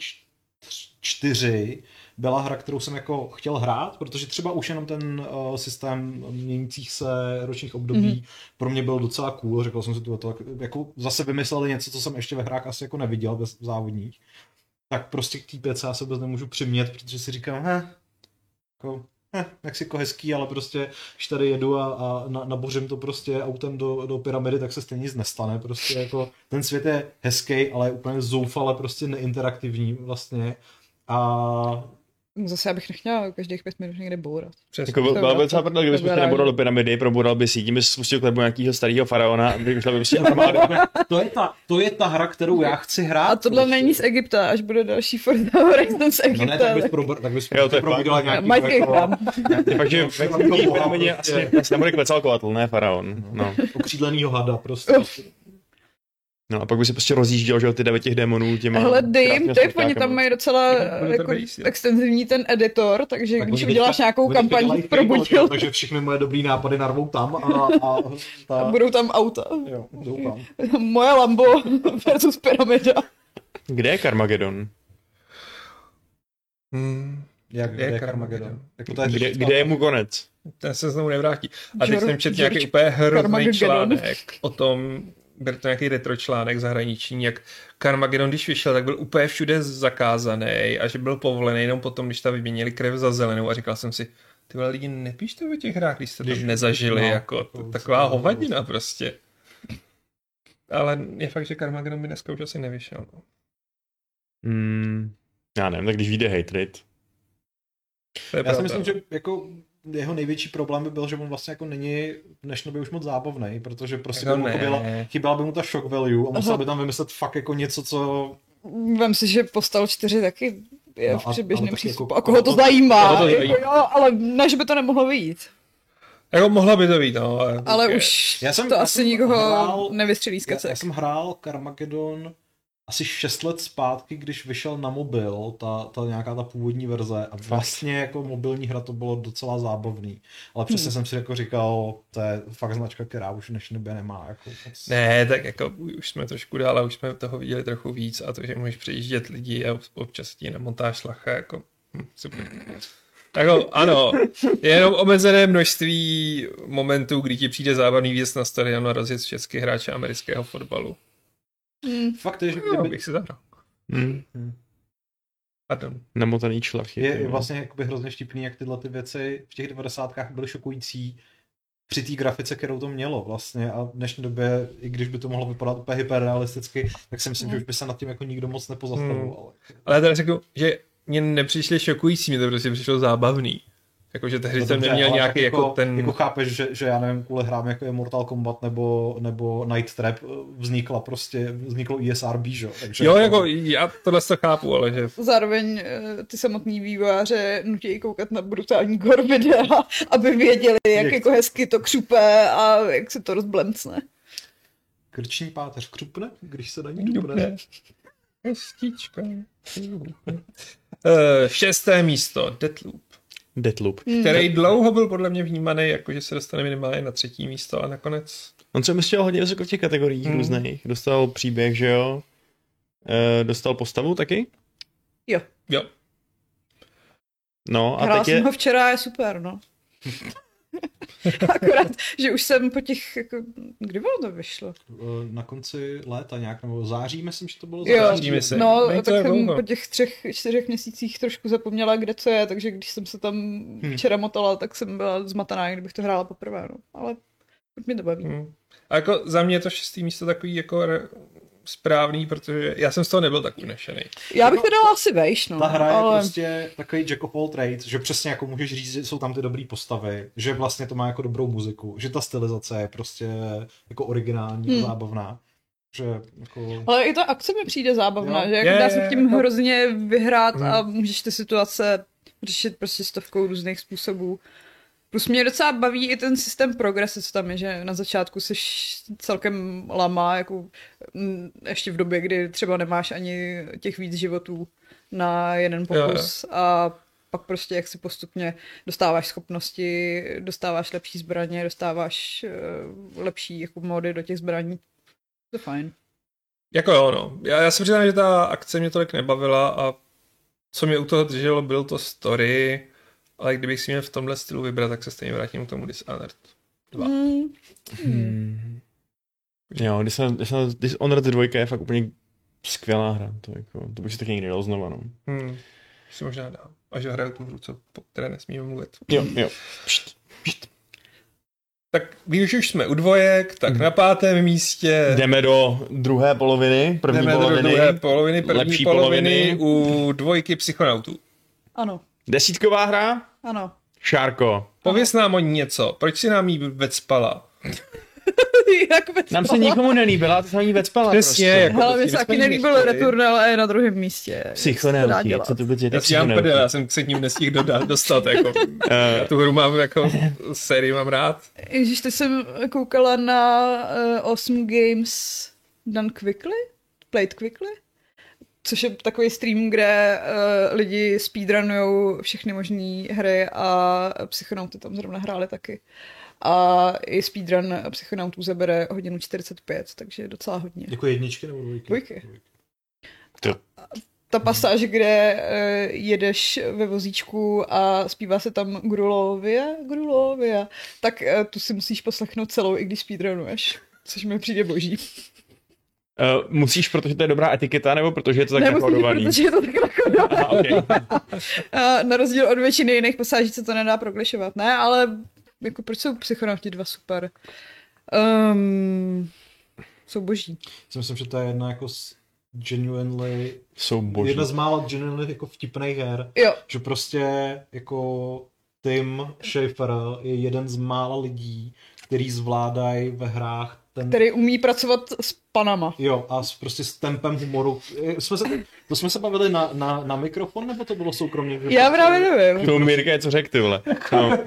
4 byla hra, kterou jsem jako chtěl hrát, protože třeba už jenom ten uh, systém měnících se ročních období mm-hmm. pro mě byl docela cool, řekl jsem si to, to jako zase vymysleli něco, co jsem ještě ve hrách asi jako neviděl bez v závodních. Tak prostě k té PC já se vůbec nemůžu přimět, protože si říkám, he, jako, eh, Mexiko hezký, ale prostě, když tady jedu a, a na, nabořím to prostě autem do, do pyramidy, tak se stejně nic nestane. Prostě jako ten svět je hezký, ale je úplně zoufale prostě neinteraktivní vlastně. A Zase já bych nechtěla každých pět minut někde bourat. Přesně. Jako byl- To byla bylo- by docela prdel, kdyby to bylo prostě rád. nebodal do pyramidy, probudal by si, tím by spustil klebu nějakého starého faraona a vyšla by prostě armáda. to je, ta, to je ta hra, kterou já chci hrát. A tohle prostě. není z Egypta, až bude další Forza Horizon z No ne, Egypta. tak bys, tak- probr, tak bys prostě Jo, to je probudila fakt. nějaký... Michael jako- Takže Jako ve té boha prostě. pyramidě asi asi nebude klecalkovatl, ne faraon. No. okřídlenýho hada prostě. no. a pak by se prostě rozjížděl, že jo, ty devět těch démonů těma... Hele, dým, krásnýma typ, oni struktákama. tam mají docela Jako, jako, bude to extenzivní ten editor, takže Tak když oni uděláš teďka- nějakou oni teďka kampaň, dělají probudil, paintball, jako, Takže všechny moje dobrý nápady narvou tam a, a, a ta, budou tam auta. jo, doufám. Moje Lambo versus Pyramida. Kde je Karmagedon? Hmm, Jak, Kde je jak Carmageddon? Armageddon? Jako to je Kde, řečnická- kde je mu konec? ten se znovu nevrátí. A teď George- jsem četl George nějaký úplně hrozný Carmageddon. článek o tom, byl to nějaký retročlánek zahraniční, jak Carmageddon, když vyšel, tak byl úplně všude zakázaný a že byl povolený jenom potom, když tam vyměnili krev za zelenou a říkal jsem si, ty vole lidi, nepíšte o těch hrách, když jste to Když- nezažili, no, jako to, to- taková to- hovadina prostě. Ale je fakt, že Carmageddon by dneska už asi nevyšel. No. Hmm, já nevím, tak když vyjde Hatred. To je Já si pravda. no. myslím, že jako jeho největší problém by byl, že on vlastně jako není v dnešní době už moc zábavný, protože prostě Jako by mu jako ne. byla, chyběla by mu ta shock value a musel Aha. by tam vymyslet fakt jako něco, co... Vem si, že postal čtyři taky je No v a- ale přiběžném taky jako- přístupu. A koho to zajímá? Jako jo, ale ne, že by to nemohlo vyjít. Jako mohla by to být, no. Ale, Ale je- už Já jsem- to já asi jsem nikoho hrál- nevystřelí z Já, kacek. já jsem hrál Carmageddon asi 6 let zpátky, když vyšel na mobil, ta, ta nějaká ta původní verze a vlastně jako mobilní hra to bylo docela zábavný, ale přesně jsem si jako říkal, to je fakt značka, která už v dnešní době nemá. Jako moc. Ne, tak jako už jsme trošku dál a už jsme toho viděli trochu víc a to, že můžeš přejíždět lidi a občas ti namontáš lacha, jako hm, super. Jako, ano, je jenom omezené množství momentů, kdy ti přijde zábavný věc na stadionu a rozjet všechny hráče amerického fotbalu. Fakt je, že Jo, kdyby, bych si zahrál. Hmm. Pardon. Namotaný člach. je, je to, vlastně jakoby hrozně štipný, jak tyhle ty věci v těch 90. byly šokující při té grafice, kterou to mělo vlastně a v dnešní době, i když by to mohlo vypadat úplně hyperrealisticky, tak si myslím, že už by se nad tím jako nikdo moc Hmm. nepozastavoval. Ale já teda řeknu, že mě nepřišli šokující, mě to prostě přišlo zábavný. Jakože tehdy No jsem dobře, neměl ale nějaký tak jako, jako ten... Jako chápeš, že, že já nevím, kvůli hrám jako je Mortal Kombat nebo, nebo Night Trap eh, vznikla prostě, vzniklo ISRB, že? jo? Takže jo, jako já tohle to chápu, ale že Zároveň eh, ty samotní vývojáře nutí koukat na brutální gore videa, aby věděli, jak Jak- jako hezky to křupe a jak se to rozblemcne. Krční páteř křupne, když se na ní dupne. Kostička. Eh, šesté místo, Deathloop, Deathloop. který dlouho byl podle mě vnímaný, jako že se dostane minimálně na třetí místo a nakonec On se umístil hodně vysoko v těch kategoriích Hmm. různých. Dostal příběh, že jo? E, dostal postavu taky? Jo, jo. No a hrála teď jsem je... ho včera, je super, no. Akorát, že už jsem po těch, jako, kdy ono to vyšlo? Eh, Na konci léta nějak, nebo září, myslím, že to bylo Jo. září. Zdaříme se. No, Není to tak tak jsem dlouho. po těch třech, čtyřech měsících trošku zapomněla, kde co je, takže když jsem se tam včera motala, tak jsem byla zmatená, jak kdybych to hrála poprvé, no. Ale furt mě to baví. Hm. A jako za mě je to šestý místo takový jako re- správný, protože já jsem z toho nebyl tak unešený. Já bych to dala asi vejš, no. Ta hra je ale... prostě takový jack of all trades, že přesně jako můžeš říct, že jsou tam ty dobré postavy, že vlastně to má jako dobrou muziku, že ta stylizace je prostě jako originální a zábavná. Že jako... Hmm. Ale i ta akce mi přijde zábavná, Jo. že jako Je, dá je, se je, tím to- hrozně vyhrát Hmm. a můžeš ty situace řešit prostě stovkou různých způsobů. Plus mě docela baví i ten systém progrese, co tam je, že na začátku jsi celkem lama, jako mm, ještě v době, kdy třeba nemáš ani těch víc životů na jeden Jo, jo. pokus a pak prostě jak si postupně dostáváš schopnosti, dostáváš lepší zbraně, dostáváš eh, lepší jako mody do těch zbraní. To je fajn. Jako jo, no. Já, já si přiznám, že ta akce mě tolik nebavila a co mě u toho drželo, byl to story, ale kdybych si měl v tomhle stylu vybrat, tak se stejně vrátím k tomu Dishonored. Dva. Mm. Hmm. Jo, Dishonored, Dishonored, Dishonored 2 je fakt úplně skvělá hra. To, jako, to bych si taky někdy dal znova. No. Hmm. Si možná dám. Až hraju tu hru, co, po které nesmíme mluvit. Jo, jo. Tak když už jsme u dvojek, tak na pátém místě Hmm. Jdeme do druhé poloviny, první Eh. jdeme poloviny. do druhé poloviny, první lepší poloviny, u dvojky psychonautů. Ano, Desítková hra? ano. Šárko. Pověz nám o ní něco, proč si nám ji vecpala? Jak Nám se nikomu nelíbila, ty se na ní vecpala Přesně, prostě. jako- Ale mě Prostě se taky nesmíme nelíbil mít tady. Returnal a je na druhém místě. Psychonauti, dělat? co to bude? Já si dělám prdel, já jsem se k ním nestihl dodat, dostat. Jako. Eh, Já tu hru mám jako sérii mám rád. Ježíš, teď jsem koukala na uh, Awesome Games Done Quickly, Played Quickly, což je takový stream, kde uh, lidi speedrunujou všechny možné hry a psychonauty tam zrovna hráli taky. A i speedrun psychonautů zabere hodinu 45, takže je docela hodně. Jako jedničky nebo dvojky? Dvojky. To- Ta pasáž, kde eh, jedeš ve vozíčku a zpívá se tam Grulovia, Grulovia, tak eh, tu si musíš poslechnout celou, i když speedrunuješ. Což mi přijde boží. Uh, musíš, protože to je dobrá etiketa, nebo protože je to tak Nemusíš, nachodovaný? protože je to tak nachodovaný. Aha, okay. A Na rozdíl od většiny jiných pasáží se to nedá proglišovat, ne? Ale jako proč jsou psychonauti dva super? Um, jsou boží. Si myslím, že to je jedna jako z genuinely, Jsou Boží. boží. jedna z mála genuinely jako vtipných her, Jo, že prostě jako Tim Schafer je jeden z mála lidí, který zvládají ve hrách ten který umí pracovat s panama. Jo, a s, prostě s tempem humoru. Eh, Jsme se, to jsme se bavili na, na, na mikrofon, nebo to bylo soukromě? Že prostě- Já právě nevím. To Mirka je co řekl, ty vole. No.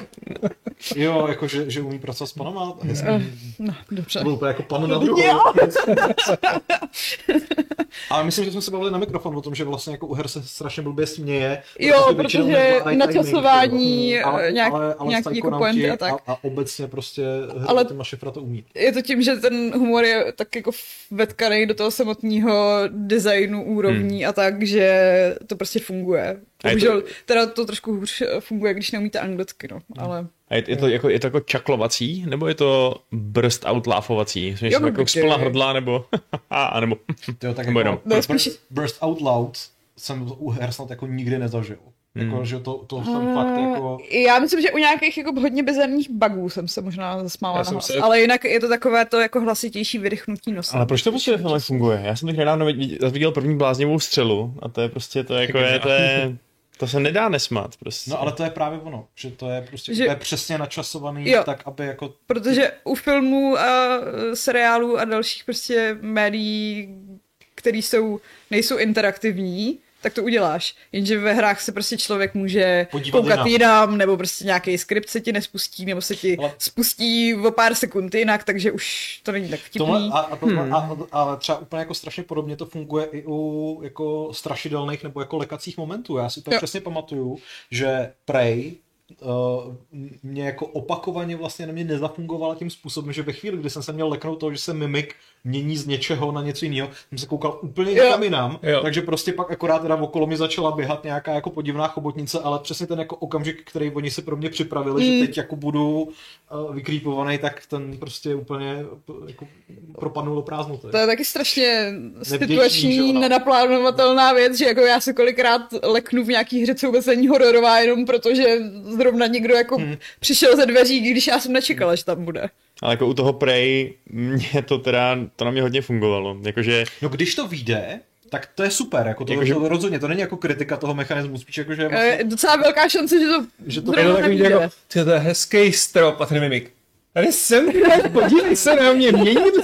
Jo, jako, že, že umí pracovat s panama. Hezky. No, dobře. To bylo úplně jako pan na druhou. Jo. Ale myslím, že jsme se bavili na mikrofon o tom, že vlastně jako u her se strašně blbě směje. Jo, většinou protože nezvládají načasování, timing, že jo. eh, nějak- nějaký jako psychonauti pointy a tak. A, a obecně prostě ale... Ale- Tim Šifra to umí. je to tím, že ten humor je tak jako vetkaný do toho samotného designu úrovní hmm. a tak, že to prostě funguje. A je to- Bohužel, to... teda to trošku hůř funguje, když neumíte anglicky, no, Hmm. ale... A je, je, to jako, je to jako čaklovací, nebo je to burst out láfovací? Jsme Jo, jako určitě. spla hrdla, nebo... a nebo... Jo, tak Nebo jako, jenom. No, burst, spíš- burst Out Loud jsem u her snad jako nikdy nezažil. Hmm. Jako, že to, to jsem fakt jako... Eh, Já myslím, že u nějakých jako hodně bizarních bugů jsem se možná Já zasmála na jsem hlas, se- se... ale jinak je to takové to jako hlasitější vydechnutí nosem. Ale proč to prostě ve filmech funguje? Já jsem teď nedávno vid- zase viděl první bláznivou střelu a to je prostě to jako je, to je... To se nedá nesmát prostě. No ale to je právě ono, že to je prostě že... Že- To je přesně načasovaný jo. Jo. tak, aby jako... Protože u filmů a eh, seriálů a dalších prostě médií, které jsou, nejsou interaktivní, tak to uděláš. Jenže ve hrách se prostě člověk může Podívat Podívat koukat jinam. jinam, nebo prostě nějaký skript se ti nespustí, nebo se ti Ale- spustí o pár sekund jinak, takže už to není tak vtipný. Tohle, a, a, tohle, hmm. a, a, třeba úplně jako strašně podobně to funguje i u jako strašidelných nebo jako lekacích momentů. Já si to Jo. přesně pamatuju, že Prey Uh, mě jako opakovaně vlastně na mě nezafungovala tím způsobem, že ve chvíli, kdy jsem se měl leknout toho, že se mimik mění z něčeho na něco jiného, jsem se koukal úplně Jo. někam jinam, Jo. takže prostě pak akorát teda okolo mi začala běhat nějaká jako podivná chobotnice, ale přesně ten jako okamžik, který oni se pro mě připravili, Hmm. že teď jako budu uh, vykrýpovaný, tak ten prostě úplně p- jako propadnul do prázdnoty. To je taky strašně Nevděčný, že no. situační, ono. nenaplánovatelná věc, že jako já se kolikrát leknu v nějaký hře, co vůbec není hororová, jenom protože zrovna někdo jako Hmm. přišel ze dveří, když já jsem nečekala, že tam bude. Ale jako u toho Prey mě to teda, to na mě hodně fungovalo. Jakože, No když to vyjde, tak to je super, jako to, Jakože- to rozhodně, to není jako kritika toho mechanismu, spíš jako, že je Eh, vlastně, docela velká šance, že to, Že to- zrovna Je Prostě- to takový nevíde. jako, ty, to je hezký strop a ten mimik. Tady jsem, podívej se na mě, měnil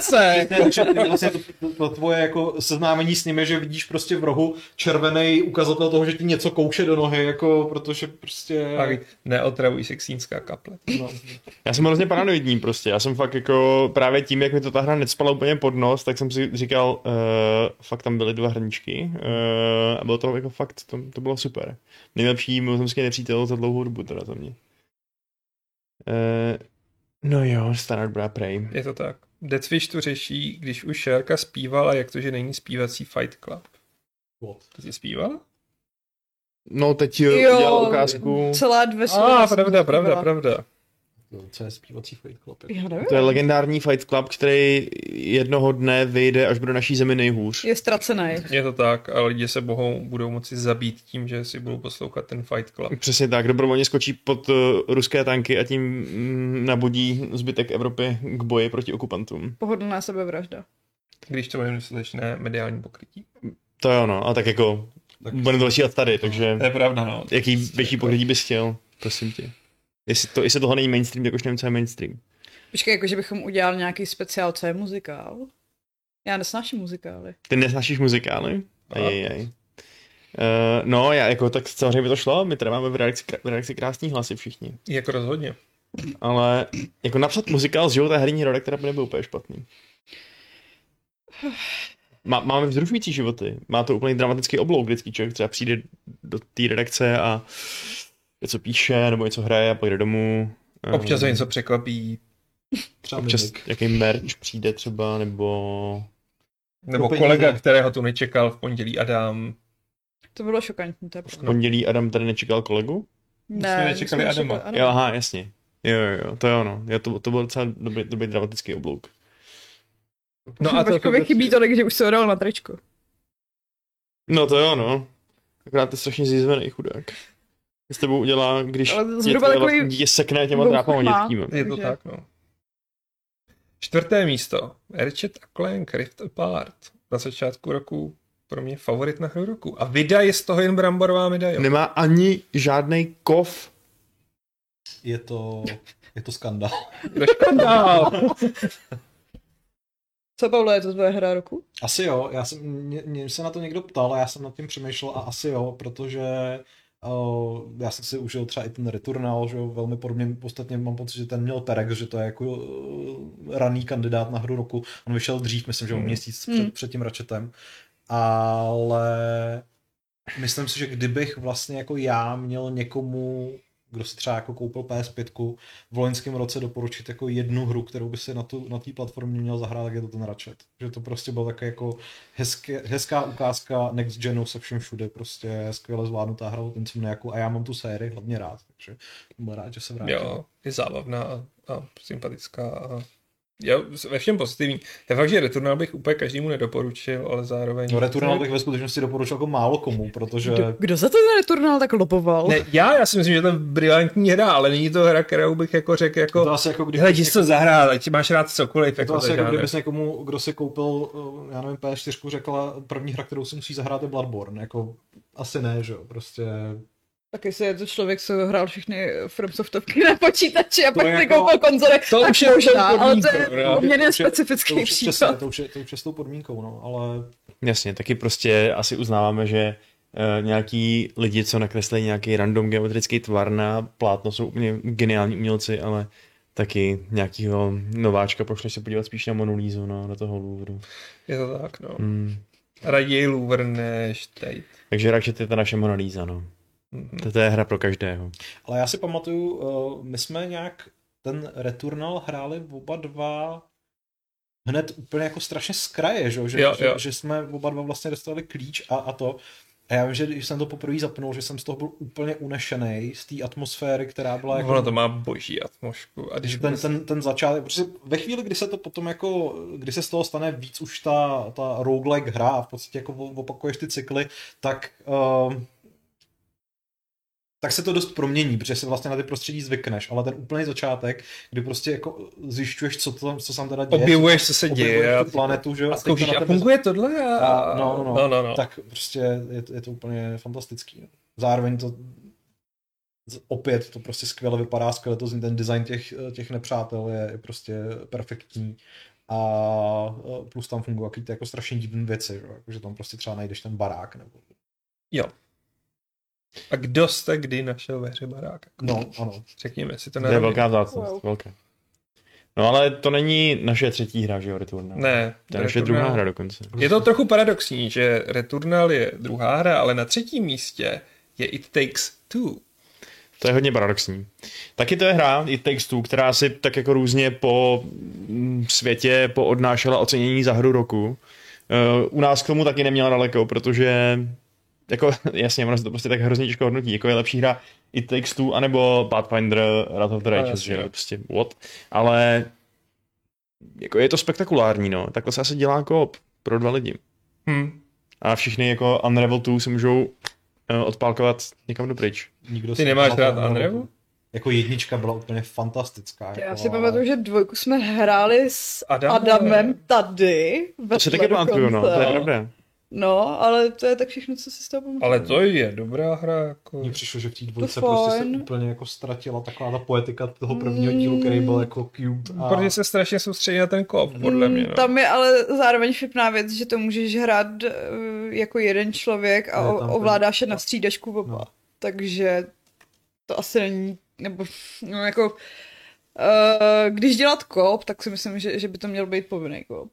se. ne, takže ty vlastně to, to, to tvoje jako seznámení s ním je, že vidíš prostě v rohu červený ukazatel toho, že ti něco kouše do nohy, jako protože prostě... Pak neotravuj sexínská kaple. No. já jsem hrozně paranoidní prostě. Já jsem fakt jako, právě tím, jak mi to ta hra necpala úplně pod nos, tak jsem si říkal, uh, fakt tam byly dva hrničky. Uh, a bylo to jako fakt, to, to bylo super. Nejlepší mimozemský nepřítel za dlouhou dobu teda za mě. Uh, no jo, stará dobrá Prey. Je to tak. Deathwish to řeší, když už Šárka zpívala, jak to, že není zpívací Fight Club. What? To jsi zpívala? No, teď jo, udělal ukázku. celá dvě A, slova ah, jsem pravda, pravda, byla. pravda. No, co je zpívací Fight Club? Já nevím. To je legendární Fight Club, který jednoho dne vyjde až do naší zemi nejhůř. Je ztracený. Je to tak, ale lidi se bohou, budou moci zabít tím, že si budou poslouchat ten Fight Club. Přesně tak, dobrovolně skočí pod uh, ruské tanky a tím mm, nabodí zbytek Evropy k boji proti okupantům. Pohodlná sebevražda. Když to bude dostatečné mediální pokrytí. To jo, no, a tak jako Tak- budeme to vysílat tady, takže To je pravda, no. jaký větší pokrytí bys chtěl, prosím tě. Jestli, to, jestli tohle není mainstream, tak už nevím, co je mainstream. Počkej, jakože bychom udělali nějaký speciál, co je muzikál? Já nesnáším muzikály. Ty nesnášíš muzikály? Ajajaj. Uh, no, já, jako, tak samozřejmě by to šlo, my tady máme v reakci, v reakci krásný hlasy všichni. Jako rozhodně. Ale jako napsat muzikál z života herního redaktora by nebyl úplně špatný. Má, máme vzrušující životy. Má to úplně dramatický oblouk. Vždycky člověk třeba přijde do té redakce a něco píše nebo něco hraje a pojde domů. Občas Ehm, ho něco překvapí, Třeba občas Mimik. jaký merch přijde třeba, nebo... nebo Úplně kolega, ne. kterého tu nečekal v pondělí Adam. To bylo šokantní, to je V pravda. pondělí Adam tady nečekal kolegu? jsme nečekali Adama. ano. Jo, aha, jasně. Jo, jo, jo, to jo, no. Jo, to, to byl docela dobrý, dobrý dramatický oblouk. No a to, Vaškovi chybí tolik, že už se odal na tričko. No to jo, no. Akorát je strašně zjizvený chudák. Co s tebou udělá, když Ale tě zhruba tvoje takový vlastní dítě sekne těma bouch drápama má. dětskýma. Je to že- tak, no. Čtvrté místo. Ratchet a Clank Rift Apart. Na začátku roku pro mě favorit na hru roku. A vida je z toho jen bramborová medaile. Nemá ani žádný kov. Je to, je to skandál. To je škandál. Co, Pavlo, je to tvoje hra roku? Asi jo, já jsem, mě, mě se na to někdo ptal a já jsem nad tím přemýšlel a asi jo, protože uh, já jsem si užil třeba i ten Returnal, že jo, velmi podobně, ostatně mám pocit, že ten měl Perex, že to je jako uh, raný kandidát na hru roku, on vyšel dřív, myslím, že o Hmm. měsíc Hmm. před, před tím Ratchetem, ale myslím si, že kdybych vlastně jako já měl někomu, kdo si třeba jako koupil PS5, v loňském roce doporučit jako jednu hru, kterou by si na té na té platformě měl zahrát, tak je to ten Ratchet. Že to prostě byl také jako hezké, hezká ukázka next genu se všem všude, prostě skvěle zvládnutá hra od Insomniaku a já mám tu sérii hlavně rád, takže byl rád, že se vrátil. Jo, je zábavná a, a sympatická. A já ve všem pozitivní. Já fakt, že Returnal bych úplně každému nedoporučil, ale zároveň... No Returnal bych ve skutečnosti doporučil jako málo komu, protože Kdo, kdo za to ten returnál tak loboval? Ne, já, já si myslím, že to je brilantní hra, ale není to hra, kterou bych jako řekl jako... to asi jako když... Hele, jdi si to zahrát, ať máš rád cokoliv. Je to asi je jako žánr. kdybys někomu, kdo si koupil, eh, já nevím, PS4, řekla, první hra, kterou si musí zahrát je Bloodborne, jako asi ne, že jo, prostě Tak jestli je to člověk, co hrál všechny FromSoftovky na počítači a To pak je si jako- koupil konzole, To tak už je možná, tou ale to je podmínkou, no. poměrně už je- to specifický už, je přesně, případ. to, už je, to už je s tou podmínkou, no, ale Jasně, taky prostě asi uznáváme, že eh, nějaký lidi, co nakreslí nějaký random geometrický tvar na plátno, jsou úplně geniální umělci, ale taky nějakýho nováčka pošleš se podívat spíš na Monolízu, no, do toho Louvru. Je to tak, no. Hmm. Raději Louvre než Tate. Takže radši to je ta naše Monolíza, no. Mhm. To je hra pro každého. Ale já si pamatuju, eh, my jsme nějak ten Returnal hráli oba dva hned úplně jako strašně z kraje, že, jo? že, Jo, že, jo. že jsme oba dva vlastně dostali klíč a, a to. A já vím, že když jsem to poprvé zapnul, že jsem z toho byl úplně unešený, z té atmosféry, která byla jako... Ono to má boží atmosféru. A když prostě Ten, ten, ten začátek, protože ve chvíli, kdy se to potom jako, kdy se z toho stane víc už ta, ta roguelike hra a v podstatě jako o- opakuješ ty cykly, tak uh, tak se to dost promění, protože se vlastně na ty prostředí zvykneš, ale ten úplný začátek, kdy prostě jako zjišťuješ, co, to, co se tam teda děje, objevuješ, co se děje. objevuješ a- tu planetu, že jo, A teď zkoušíš, to na a tebe- funguje tohle? A... a, no, no, no, no, no, no. tak prostě je, to- je to úplně fantastický. no. Zároveň to z- opět to prostě skvěle vypadá, skvěle to zní, ten design těch, těch nepřátel je, je prostě perfektní a eh, plus tam fungují jaký ty jako strašně divné věci, že? jo, Jako, že tam prostě třeba najdeš ten barák nebo... A kdo jste kdy našel ve hře barák? No, ano. Řekněme si to na To je rovinu. velká vzácnost, Wow. velká. No ale to není naše třetí hra, že jo, Returnal? Ne, To je naše Returnal- druhá hra dokonce. Prostě Je to trochu paradoxní, že Returnal je druhá hra, ale na třetím místě je It Takes Two. To je hodně paradoxní. Taky to je hra i Takes Two, která si tak jako různě po mm, světě poodnášela ocenění za hru roku. Eh, U nás k tomu taky neměla daleko, protože jako, jasně, ono se to prostě tak hrozně těžko hodnotí, jako je lepší hra It Takes Two, anebo Pathfinder Wrath of the No, Righteous, jasně, že jo, no. prostě what, ale jako je to spektakulární, no, takhle se asi dělá koop pro dva lidi Hm. a všichni jako Unravel 2 se můžou eh, odpálkovat někam do pryč. Nikdo Ty si nemáš nepamatuju rád na Unravel? roku. Jako jednička byla úplně fantastická. Jako, Já si ale- pamatuju, že dvojku jsme hráli s Adamem. Adamem, Adamem tady. To si taky pamatuju, no, to je pravda. No, ale to je tak všechno, co si z toho pamatuju. Ale to je dobrá hra, jako... Mně přišlo, že v té dvojce To prostě se fajn. Mm. úplně jako ztratila taková ta poetika toho prvního dílu, který byl jako cute. A... Protože se strašně soustředí na ten kop, podle Mm, mě, no. Mm, Tam je ale zároveň vtipná věc, že to můžeš hrát eh, jako jeden člověk a Ne, o- tam ten- ovládáš je na střídačku oba. No. No. Takže to asi není, nebo no jako, eh, když dělat kop, tak si myslím, že, že by to měl být povinný kop.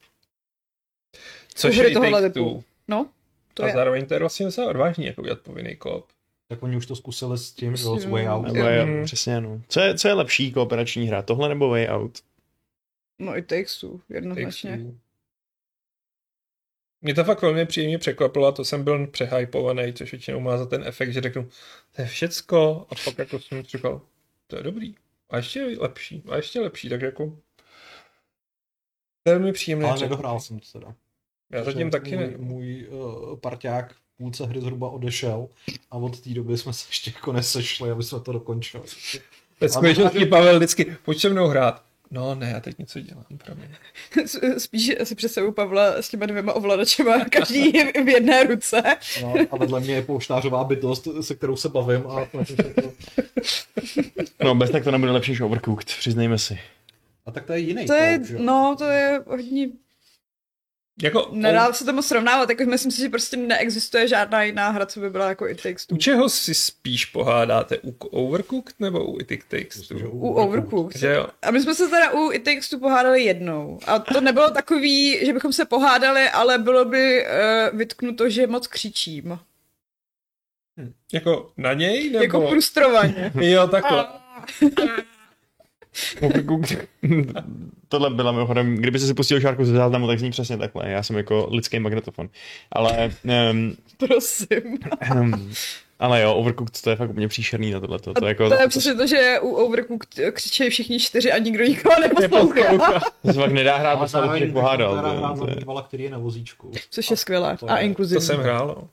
Což hry je i tohohle Take typu. Two. No, to A je. zároveň to je vlastně docela odvážný, jako udělat povinný kop. Tak oni už to zkusili s tím, že S jo, s tím, Way Out. jo. Nebo je, Mhm. přesně, no. Co je, co je lepší kooperační hra, tohle nebo Way Out? No vlastně. i takes two, Take jednoznačně. Two. Mě to fakt velmi příjemně překvapilo a to jsem byl přehypovaný, což většinou má za ten efekt, že řeknu, to je všecko a pak jako jsem říkal, to je dobrý a ještě lepší a ještě lepší, tak jako velmi příjemné. Ale překvapení. nedohrál jsem to teda. Já zatím Že taky ne. Můj, můj uh, parťák v půlce hry zhruba odešel a od té doby jsme se ještě jako nesešli, aby jsme to dokončili. Ve skutečnosti Pavel vždycky, pojď se mnou hrát. No ne, já teď něco dělám, promiň. S- Spíš si představu Pavla s těma dvěma ovladačema, každý je v jedné ruce. No, a vedle mě je pouštářová bytost, se kterou se bavím a, No, bez tak to nebude lepší než Overcooked, přiznejme si. a tak to je jiný. To je, koup, že jo. no, to je hodně Jako, Nedá se to moc srovnávat, jako myslím si, že prostě neexistuje žádná jiná hra, co by byla jako It Takes u Two. čeho si spíš pohádáte? U Overcooked nebo u It Takes Myslím, že Two? U Overcooked. Že jo? A my jsme se teda u It Takes Two pohádali jednou. A to nebylo takový, že bychom se pohádali, ale bylo by uh, vytknuto, že moc křičím. Nebo... Jako na něj? Nebo... Jako prostě- frustrovaně. Jo, takhle. Overcooked. Tohle byla mimochodem, kdyby si pustil šárku ze záznamu, tak zní přesně takhle. Já jsem jako lidský magnetofon. Ale, um, Prosím. ale jo, Overcooked to je fakt úplně příšerný na tohle. To, to, jako, To je přesně to, že u Overcooked křičejí všichni čtyři a nikdo nikoho neposlouchá. to se fakt nedá hrát, Ale to se člověk zároveň pohádal. hra to- hrám to je- zabývala, který je na vozíčku. Což je skvělé. To A je- inkluzivní. To jsem hrál, no.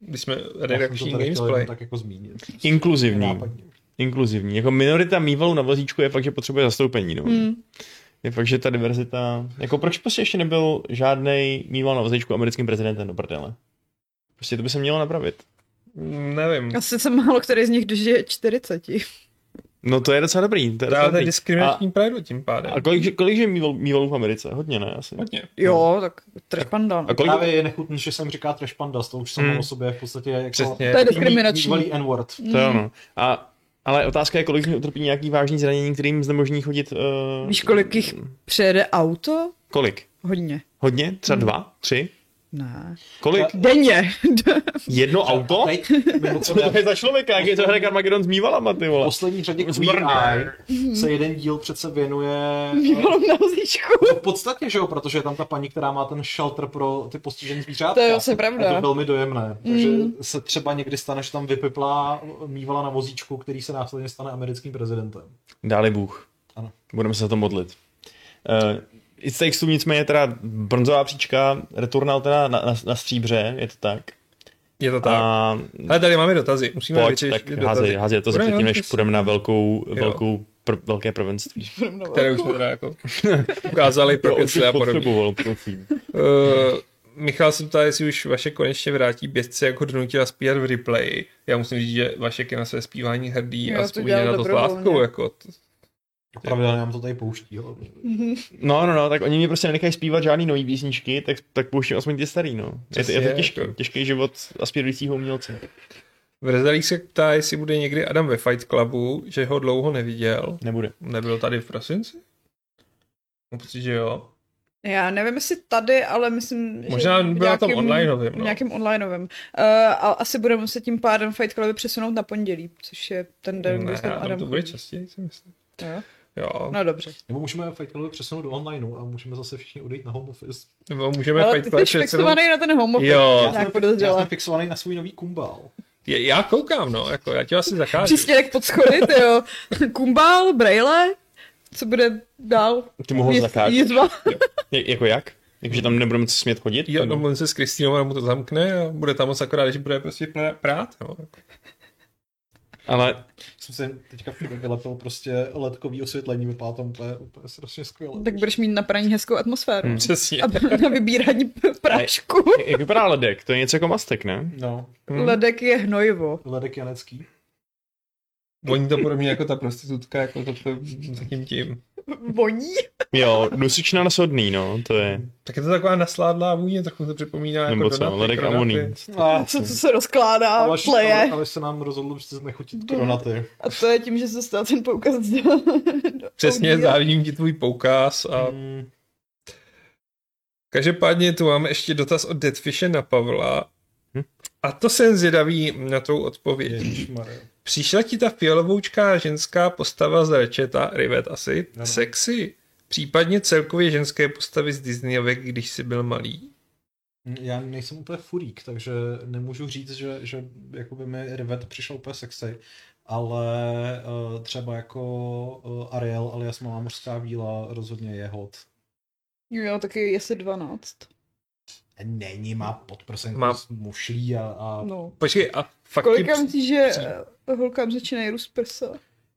Když jsme Já jsem redakční to tady chtěl gamesplay. jenom tak jako zmínit. Inkluzivní. Nenápadně. Inkluzivní. Jako minorita mývalů na vozíčku je fakt, že potřebuje zastoupení. No. Je fakt, že ta diverzita... Jako proč prostě ještě nebyl žádný mýval na vozíčku americkým prezidentem do prdele? Prostě to by se mělo napravit. Mm, Nevím. Asi jsem málo který z nich dožije 40. No to je docela dobrý. To je docela Dáváte dobrý. diskriminační a... pravdu tím pádem. A kolik, kolik je mýval- mývalů v Americe? Hodně, ne? Asi. Hodně. Jo, tak trpanda. A kolik... Právě je nechutný, že jsem říká trash panda, to už samo Hmm. o sobě je v podstatě jako... Přesně. To je diskriminační. Mývalý N-word. To je ono. A, ale otázka je, kolik z nich utrpí nějaký vážný zranění, kterým znemožní chodit... Uh... Víš, kolik jich přejede auto? Kolik? Hodně. Hodně? Třeba dva? Tři? Ne. Kolik? Denně. Jedno auto? Teď, Co mimochodem, to je za člověka? Jak je to hra Armageddon s mývalama, ty v vole? poslední řadě It's Queer Weird. Eye Mhm. se jeden díl přece věnuje... Bývalo na vozíčku. No v podstatě, že jo, protože je tam ta paní, která má ten shelter pro ty postižený zvířátka. To je vlastně pravda. Mhm. Je to velmi dojemné. Takže se třeba někdy stane, že tam vypiplá mývala na vozíčku, který se následně stane americkým prezidentem. Dáli Bůh. Ano. Budeme se to modlit. Uh, It Takes Two nicméně teda bronzová příčka, Returnal teda na, na, na stříbře, je to tak. Je to tak. A Ale tady máme dotazy. Musíme pojď, vyřešit tak dotazy. no, házej, házej to Bude, předtím, jo, než přesně. půjdeme na velkou, velkou pr, velké prvenství. Které už jsme teda jako ukázali pro kecle a podobně. potřeboval, prosím. Uh, Michal se ptá, jestli už Vašek konečně vrátí běžce jako donutila zpívat v replay. Já musím říct, že Vašek je na své zpívání hrdý Jo, a to vzpomíná dělal na to s dobrovolně. láskou. Jako to, Pravidelně nám to tady pouští. jo. No, no, no, tak oni mi prostě nenechají zpívat žádný nový písničky, tak, tak pouštím aspoň ty starý, no. Je, to- je Přesně, to těžký, jako. těžký život aspirujícího umělce. Vrzalík se ptá, jestli bude někdy Adam ve Fight Clubu, že ho dlouho neviděl. Nebude. Nebyl tady v prosinci? Mám pocit, že jo. Já nevím, jestli tady, ale myslím, že Možná v byl na tom onlineovém, no. V nějakém onlineovém. Uh, a asi budeme se tím pádem Fight Club přesunout na pondělí, což je ten den, ne, kdy jsem Adam Adam. to bude častěji, si myslím. Jo. Jo. No dobře. Nebo můžeme Fight Club přesunout do onlineu a můžeme zase všichni odejít na home office. Nebo můžeme Ale Fight ty Club jsi přesunout. fixovaný na ten home office, Jo. já jsem podezřela. jsem fixovaný na svůj nový kumbál. Je- Já koukám, no, jako já tě asi zakážu. Příspěvek pod schody, jo. Kumbál, brejle, co bude dál? Ty mu ho Jez- zakážeš. Jezva. Je, jako jak? Jakože tam nebudeme co smět chodit? Jo, no. Nebo- domluvím se s Kristýnou, ona mu to zamkne a bude tam moc akorát, když bude prostě pra- prát. No. Ale Jsem si teďka všude vylepil prostě ledkový osvětlení, vypadá tam úplně, úplně strašně skvěle. Tak budeš mít na praní hezkou atmosféru. Hmm. Přesně. A na vybírání prášku. jak vypadá ledek? To je něco jako mastek, ne? No, Hmm. Ledek je hnojivo. ledek janecký. Oni to podobně jako ta prostitutka, jako to, to za tím tím. Voní. Jo, dusičná na sodný, no, to je. Tak je to taková nasládlá vůně, trochu to připomíná jako Nebo donaty, co, ledek kronaty. amoní. A Co, co se rozkládá, Aleš, pleje. ale, ale, se nám rozhodl, že se znechutit kronaty. A to je tím, že se stál ten poukaz do, do Přesně, oddíl. závidím ti tvůj poukaz a Mm, Každopádně tu máme ještě dotaz od Deadfishe na Pavla. Hm? A to jsem zvědavý na tou odpověď. ježišmarja. Přišla ti ta fialovoučká ženská postava z Ratcheta, Rivet asi, Ano. sexy? Případně celkově ženské postavy z Disneyovek, když jsi byl malý? Mm, Já nejsem úplně furík, takže nemůžu říct, že, že jakoby mi Rivet přišel úplně sexy, ale uh, třeba jako uh, Ariel alias Malá mořská víla rozhodně je hot. Jo, taky jestli 12. Není, má podprsenku Má- má... mušlí a, a... No. No. Počkej, a fakt Kolika ti... myslíš, že eh, holkám řeči nejdu z prsa?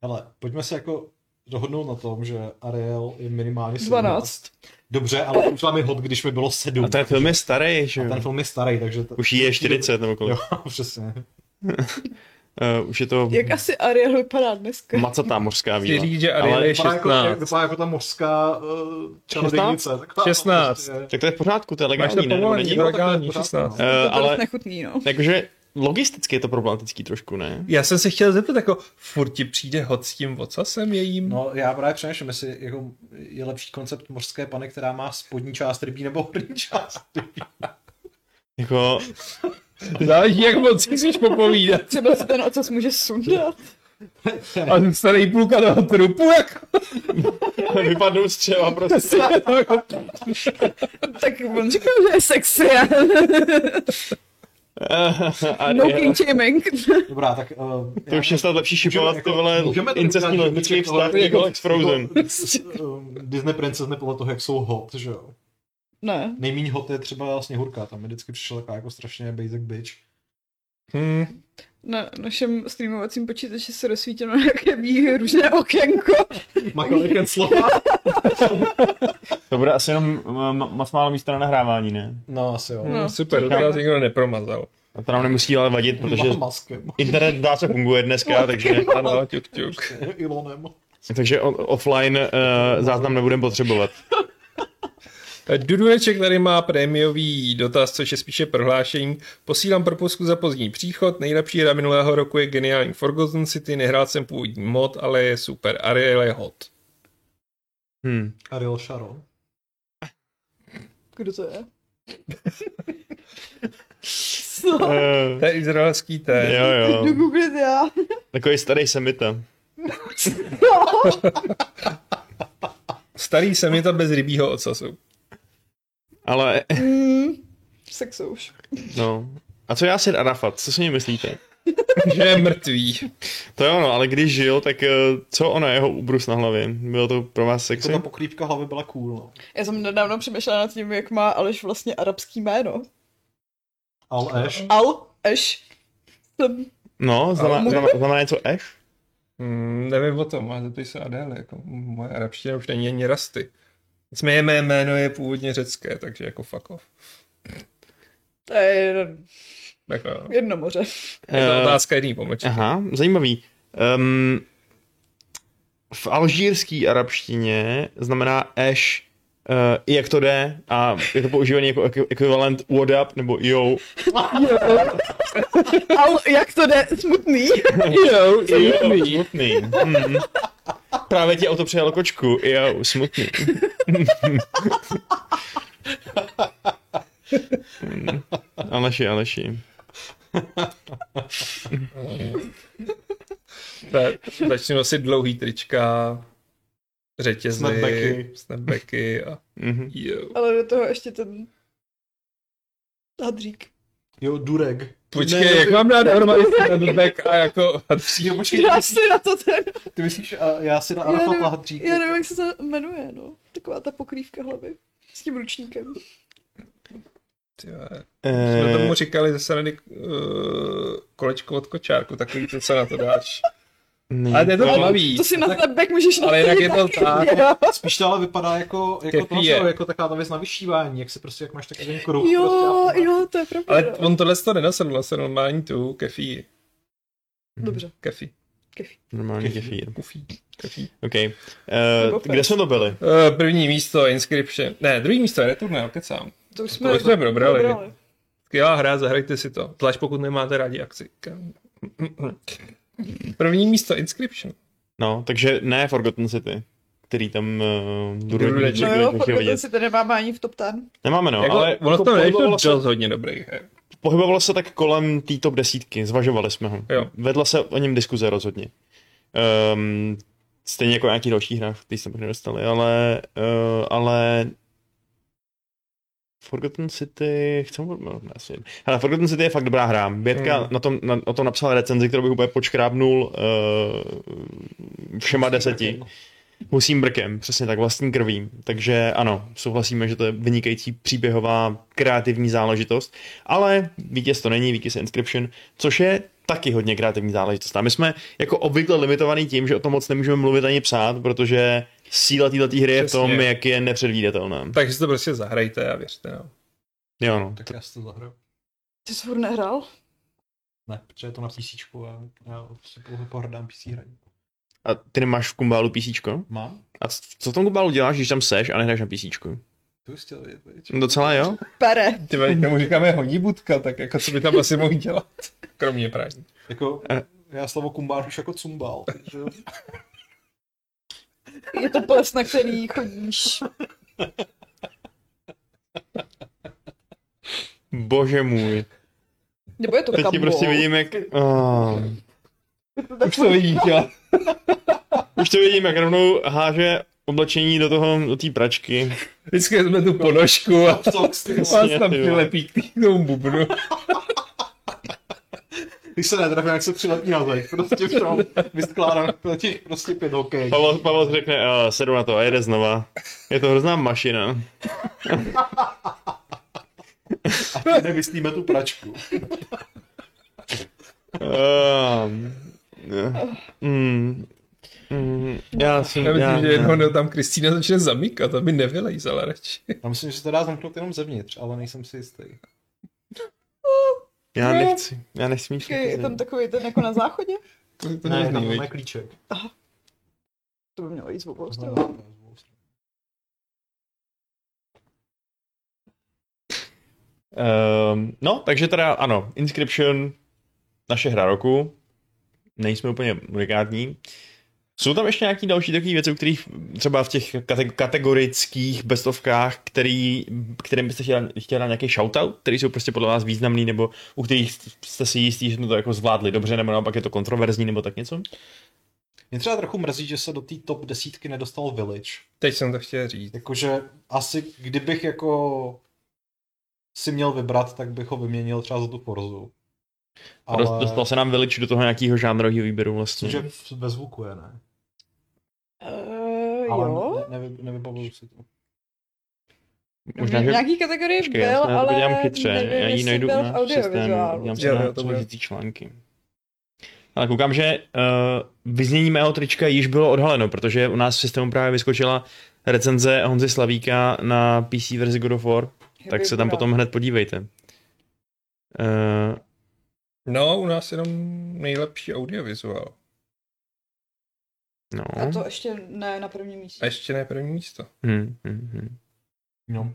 Hele, pojďme se jako dohodnout na tom, že Ariel je minimálně 17. 12. Dobře, ale přišla mi hot, když mi bylo 7. A ten film je starý, že a jo? ten film je starý, takže... To... Už jí je 40 nebo kolik. Jo, přesně. Uh, už je to Jak asi Ariel vypadá dneska? macatá mořská Chci víla. říct, že Ariel Ale je Vypadá jako, jak- 16. vypadá jako ta mořská uh, čarodějnice. Taková 16. Prostě... Tak to je v pořádku, to je Máš to legální, ne? Nebo povolení, není? to je legální, pořád, no. 16. Eh, to ale... ale nechutný, no. jakože logisticky je to problematický trošku, ne? Já jsem se chtěl zeptat, jako furt ti přijde hod s tím vocasem jejím? No, já právě přemýšlím, jestli jako je lepší koncept mořské pany, která má spodní část rybí nebo horní část rybí. Jako, Záleží, jak moc chceš popovídat. Třeba se ten ocas může sundat. A ten starý půlka toho trupu, jako vypadnou z třeba prostě. si tak on říkal, že je sexy. Eh, A, no je- king shaming. Dobrá, tak... Uh, to už je snad lepší šipovat ty vole incestní lesbický vztah jako Lex Frozen. eh, Disney princezny podle toho, jak jsou hot, že jo. ne. Nejméně hot je třeba Sněhurka, tam mi vždycky přišla taková jako strašně basic bitch. hmm. Na našem streamovacím počítači se rozsvítilo nějaké bíhy různé okénko. Makalek slova. To bude asi jenom m- m- moc málo místa na nahrávání, ne? No, asi jo. No. Super, to nás nikdo nepromazal. A to nám nemusí ale vadit, protože Mám maskem. internet dá se funguje dneska, takže, Ano, ťuk, ťuk. Ilonem. takže o- offline uh, záznam nebudeme potřebovat. Dudureček Eh, tady má prémiový dotaz, což je spíše prohlášení. Posílám propusku za pozdní příchod. Nejlepší hra minulého roku je geniální Forgotten City. Nehrál jsem původní mod, ale je super. Ariel je hot. Hmm. Ariel Sharon. Kdo to je? Co? Uh, To je izraelský té. jo, jo. Jdu googlit já. Takový starý semita. Starý jsem je ta bez rybího ocasu. Ale, Mm, sexu už. no. A co Jasir Arafat, co si mě myslíte? Že je mrtvý. To je ono, ale když žil, tak eh, co ono jeho úbrus na hlavě? Bylo to pro vás Jako sexy? ta pokrývka hlavy byla cool. No. Já jsem nedávno přemýšlela nad tím, jak má Aleš vlastně arabský jméno. Al Ash. Al, Eš. Jsem No, znamená, Ale- znamená, znamená něco F? Hmm, nevím o tom, ale zeptej se Adéle, jako moje arabština už není ani rasty. Nicméně mé jméno je původně řecké, takže jako fuck off. to je jedno, Jako, jo. jedno moře. je to Eh, otázka jedný pomočky. Aha, zajímavý. Um, v alžírský arabštině znamená eš uh, i jak to jde a je to používané jako ek- ekvivalent what up nebo yo. Al, jak to jde? Smutný. Jo, Jo, smutný. Hmm. Právě ti auto přijalo kočku. Jo, smutný. Hmm. Aleši, Aleši. Začnu nosit dlouhý trička, řetězy, Snapbacky. snapbacky a Mhm. jo. Ale do toho ještě ten hadřík. Jo, Durek. Počkej, jak mám dát dohromady snapback a jako hadří? Jo, počkej, Já si na to ten, ty myslíš, a já si na Já nevím- Arafat Hadřík. já nevím, jak se to jmenuje, no. Taková ta pokrývka hlavy. S tím ručníkem. Ty vole. Jsme Eh, tomu říkali ze strany uh, kolečko od kočárku, takový to, co na to dáš. není. Ale je to Ale- tmavý. To si na snapback můžeš Ale jinak je to tak. nasadit taky, Spíš to ale vypadá jako, jako, to, Kefír. jo, jako taková ta věc na vyšívání, jak se prostě, jak máš takový ten kruh. jo. Jo, prostě, a- jo, to je pravda. Ale no. on tohle to nenasadl, nasadl normální tu kefí. Dobře, Kefí. Normální kefír. Kufí. Kefí. OK. Eh, kde jsme to byli? Uh, první místo Inscription. Ne, druhý místo je Returnal, kecám. to už jsme, To už jsme probrali. probrali. Skvělá hra, zahrajte si to. Zvlášť pokud nemáte rádi akci. Kam- První místo Inscription. No, takže ne Forgotten City, který tam uh, Durudeček. No jo, Forgotten vidět. si to nemáme ani v top 10. Nemáme, no, Jako, ale vlastně- ale ono jako to nejde pohybovalo, se, dost hodně dobrých her. pohybovalo se tak kolem té top desítky, zvažovali jsme ho. Jo. Vedla se o něm diskuze rozhodně. Um, stejně jako nějaký další hrách, který jsme nedostali, ale, uh, ale Forgotten City, chcem no, ne, asi. Hele, Forgotten City je fakt dobrá hra. Bětka Hmm. na tom, na, o tom napsala recenzi, kterou bych úplně počkrábnul uh, všema deseti. Husím brkem, přesně tak, vlastní krví. Takže ano, souhlasíme, že to je vynikající příběhová kreativní záležitost, ale vítěz to není, vítěz je Inscription, což je taky hodně kreativní záležitost. A my jsme jako obvykle limitovaný tím, že o tom moc nemůžeme mluvit ani psát, protože síla této hry je v tom, Přesně. jak je nepředvídatelná. Takže si to prostě zahrajte a věřte nám. Jo, no. Tak já si to zahraju. Ty jsi furt nehrál? Ne, protože je to na PC a já si pouze pohrdám PC hraní. A ty nemáš v kumbálu písíčko? no? Mám? A c- co v tom kumbálu děláš, když tam seš a nehraješ na písíčku? No To bys chtěl vědět, viď? Docela jo? Pere. Ty vole, tomu říkáme honibudka, tak jako co by tam asi mohl dělat? Kromě praní. Jako, Eh. já slovo kumbář už jako cumbal, takže Je to ples, na který chodíš. Bože můj. Nebo je to Teď ti kambo. prostě vidím, jak... Oh. Už to vidíš, jo? Už to vidím, jak rovnou háže oblečení do toho, do té pračky. Vždycky jsme tu ponožku a Socks, ty vole. vás Jasně, tam ty vole. přilepí k tý- k tomu bubnu. Když se netrefím, jak se přilepí na zeď, prostě v tom vyskládám proti prostě pět hokej. Pavel, Pavel řekne, uh, sedu na to a jede znova. Je to hrozná mašina. A tím nevyslíme tu pračku. Ehm, eh, mm, mm, já jsem... Já Já, myslím, že jednoho já, dne tam Kristýna začne zamykat, aby nevylejzala radši. Já myslím, že se to dá zamknout jenom zevnitř, ale nejsem si jistý. já nechci. Já nechci mít Počkej, Je tam takový ten jako na záchodě? To je to Ne, hrozný, tam viď? máme klíček. To by mělo jít z obou stran. Ehm, no, takže teda ano, Inscription, naše hra roku, nejsme úplně unikátní. Jsou tam ještě nějaké další takové věci, u kterých třeba v těch kate- kategorických bestovkách, který, kterým byste chtěla, chtěla nějaký shoutout, který jsou prostě podle vás významný, nebo u kterých jste si jistí, že jsme to jako zvládli dobře, nebo naopak je to kontroverzní, nebo tak něco? Mě třeba trochu mrzí, že se do té top desítky nedostal Village. Teď jsem to chtěl říct. Jakože asi kdybych jako si měl vybrat, tak bych ho vyměnil třeba za tu Forzu. Ale... Dostal se nám Village do toho nějakého žánrového výběru vlastně. Myslím, že v- ve zvuku je, ne? Uh, Ale jo. ne, nevy, nevybavuju si to. Možná, že... Nějaký kategorii Počkej, byl, já se na to ale podívám chytře, nevím, já ji jestli najdu u byl v nás v systému, audiovizuálu. dělám Jo, se na jo, to bude. související články. Ale koukám, že uh, vyznění mého trička již bylo odhaleno, protože u nás v systému právě vyskočila recenze Honzy Slavíka na PC verzi God of War, tak se tam potom hned podívejte. Uh, No, u nás jenom nejlepší audiovizuál. no. A to ještě ne na prvním místě. A ještě ne první místo. Hmm, hmm, hmm. No.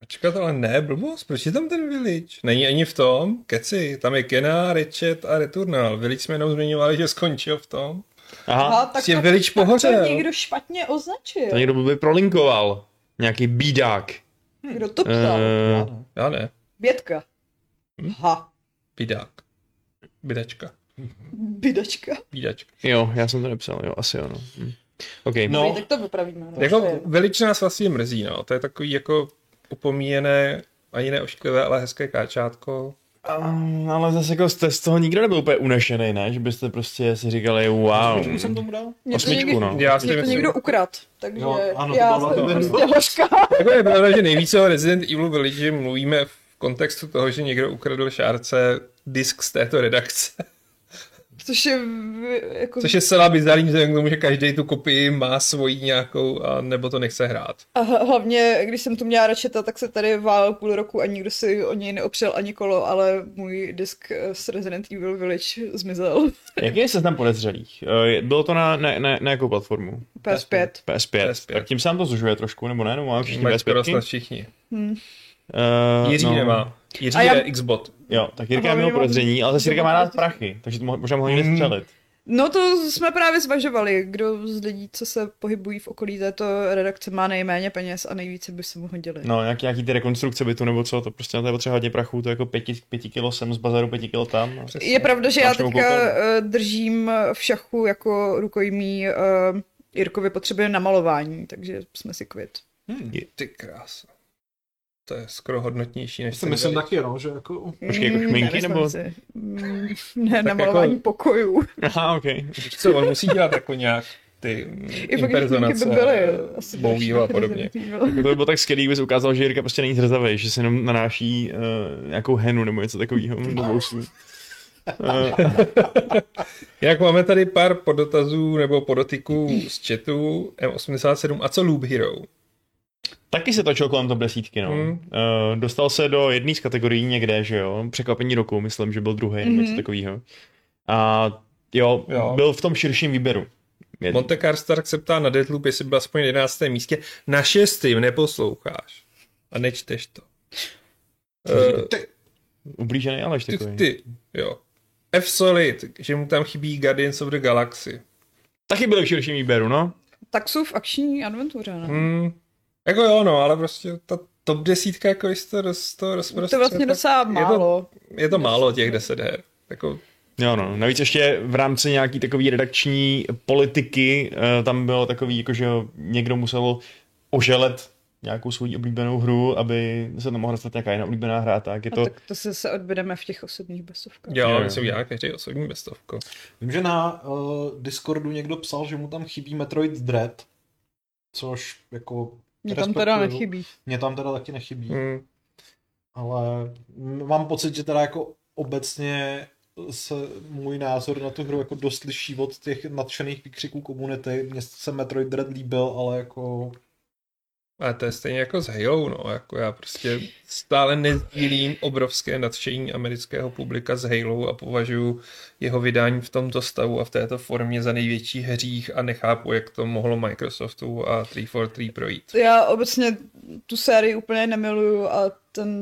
Počkat, ale ne, blbost, proč je tam ten Village? Není ani v tom, keci, tam je Kena, Ratchet a Returnal. Village jsme jenom zmiňovali, že skončil v tom. Aha, tak je Village tak pohořel. to někdo špatně označil. to někdo by prolinkoval. Nějaký bídák. Kdo to psal? Já Uh, ne. Já ne, Bětka. Hm? Ha. bidák. Bidačka, Bidačka. bídačka. jo, já jsem to nepsal, jo, asi ano. Hm. Okay. No. No. Tak to vypravíme. No. Jako veličina nás vlastně mrzí, no. To je takový jako opomíjené, ani ne ošklivé, ale hezké káčátko. Um, ale zase jako jste z toho nikdo nebyl úplně unešený, ne? Že byste prostě si říkali, wow. Komu jsem tomu dal? Mě to osmičku, někdy- no. Já si Mě to myslím, někdo ukrad, takže Jo, ano, to já byla- jsem to byla- prostě hořká. jako je pravda, že nejvíce o Resident Evil Village mluvíme v kontextu toho, že někdo ukradl šárce disk z této redakce. Což je v- jako... Což je celá bizarní vzhledem k tomu, že každý tu kopii má svoji nějakou, a nebo to nechce hrát. A h- hlavně, když jsem to měla račeta, tak se tady válel půl roku a nikdo si o něj neopřel ani kolo, ale můj disk eh, z Resident Evil Village zmizel. Jaký je seznam podezřelých? Eh, Bylo to na, na, na, na jakou platformu? PS5. PS5. PS5. Tak tím se nám to zužuje trošku, nebo ne? No, Nebo mám všichni Mají skoro PS5? snad všichni. Uh, Jiří nemá. Jiří A já- je Xbox. Jo, tak A Jirka hlavně měl mám- podezření, ale zase Jirka má rád Demokratický. prachy, takže to mo- možná mohli mm. střelit. No to jsme právě zvažovali, kdo z lidí, co se pohybují v okolí této redakce, má nejméně peněz a nejvíce by se mu hodili. No, nějaký, nějaký ty rekonstrukce bytu nebo co, to prostě na to je potřeba hodně prachů, to je jako pěti, pěti kilo sem z bazaru, pěti kilo tam. no. A... Je pravda, že já Máš novou teďka koupelnu. eh, držím v šachu jako rukojmí eh, Jirkovi potřeby na malování, takže jsme si kvit. Ty krása. To je skoro hodnotnější než Já si myslím ten taky, no, že jako... Počkej, jako Mm, šminky, nemyslím nebo- si. Mm, Ne, na jako- malování pokojů. Aha, ok. Víš co, on musí dělat jako nějak ty I fakt, že šminky impersonace, by byly. asi bouvýho a podobně. To by bylo tak skvělý, kdyby jsi ukázal, že Jirka prostě není zrzavý, že si jenom nanáší uh, nějakou henu nebo něco takového do vousů. Uh, Jak máme tady pár podotazů nebo podotyků z chatu M87 a co Loop Hero? taky se točil kolem top desítky, no. Hmm. Uh, dostal se do jedné z kategorií někde, že jo. Překvapení roku, myslím, že byl druhý nebo něco Mhm. takového. A jo, Jo. byl v tom širším výběru. Je- Monte Karstark se ptá na Deathloop, jestli byl aspoň na 11. místě. Na šestým neposloucháš a nečteš to. Eh, Ty, Ublížený Aleš Ty, takový. ty, jo. F-Solid, že mu tam chybí Guardians of the Galaxy. Taky byl v širším výběru, no. Tak jsou v akční adventuře, ne? Hmm. Jako jo, no, ale prostě ta top desítka, jako jste roz, to To je rozprostřel, vlastně prostě tak docela málo. Je to, je to málo těch 10 her. Jako, Jo, no. Navíc ještě v rámci nějaký takový redakční politiky eh, tam bylo takový, jako, že jo, někdo musel oželet nějakou svou oblíbenou hru, aby se tam mohla dostat nějaká jiná oblíbená hra, a tak je A to... tak to se, se odbudeme v těch osobních besovkách. jo, Jo, jo, jo. my si uděláme každý osobní bestovku. vím, že na uh, Discordu někdo psal, že mu tam chybí Metroid Dread, což jako... Mně tam teda respektuju. nechybí. Mně tam teda taky nechybí. Hmm. ale m- mám pocit, že teda jako obecně se můj názor na tu hru jako dost liší od těch nadšených výkřiků komunity. Mně se Metroid Dread líbil, ale jako... Ale to je stejně jako s Halo, no, jako já prostě stále nezdílím obrovské nadšení amerického publika s Halo a považuji jeho vydání v tomto stavu a v této formě za největší hřích a nechápu, jak to mohlo Microsoftu a 343 projít. Já obecně tu sérii úplně nemiluju a ten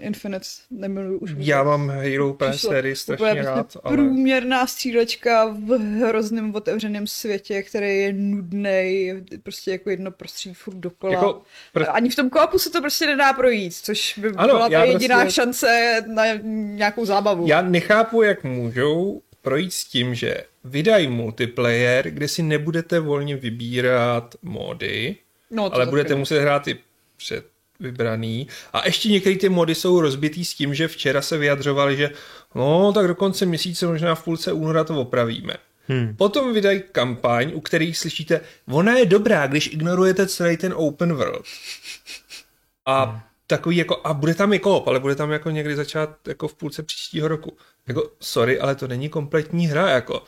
Infinite nemiluju už. Já mám Halo PS Přišlo sérii strašně rád, ale... průměrná střílečka v hrozném otevřeném světě, který je nudný, prostě jako jedno prostředí furt dokola. Jako, pr- Ani v tom kopu se to prostě nedá projít, což by Ano, ano, byla já ta jediná prostě- prostě... šance na nějakou zábavu. já nechápu, jak můžou projít s tím, že vydají multiplayer, kde si nebudete volně vybírat módy, no, to ale taky budete ne. muset hrát i před vybraný. A ještě některé ty mody jsou rozbitý s tím, že včera se vyjadřovali, že no, tak do konce měsíce, možná v půlce února to opravíme. Hmm. Potom vydají kampaň, u kterých slyšíte, ona je dobrá, když ignorujete celý ten open world. A hmm. takový jako, a bude tam i koop, ale bude tam jako někdy začát jako v půlce příštího roku. Jako, sorry, ale to není kompletní hra, jako.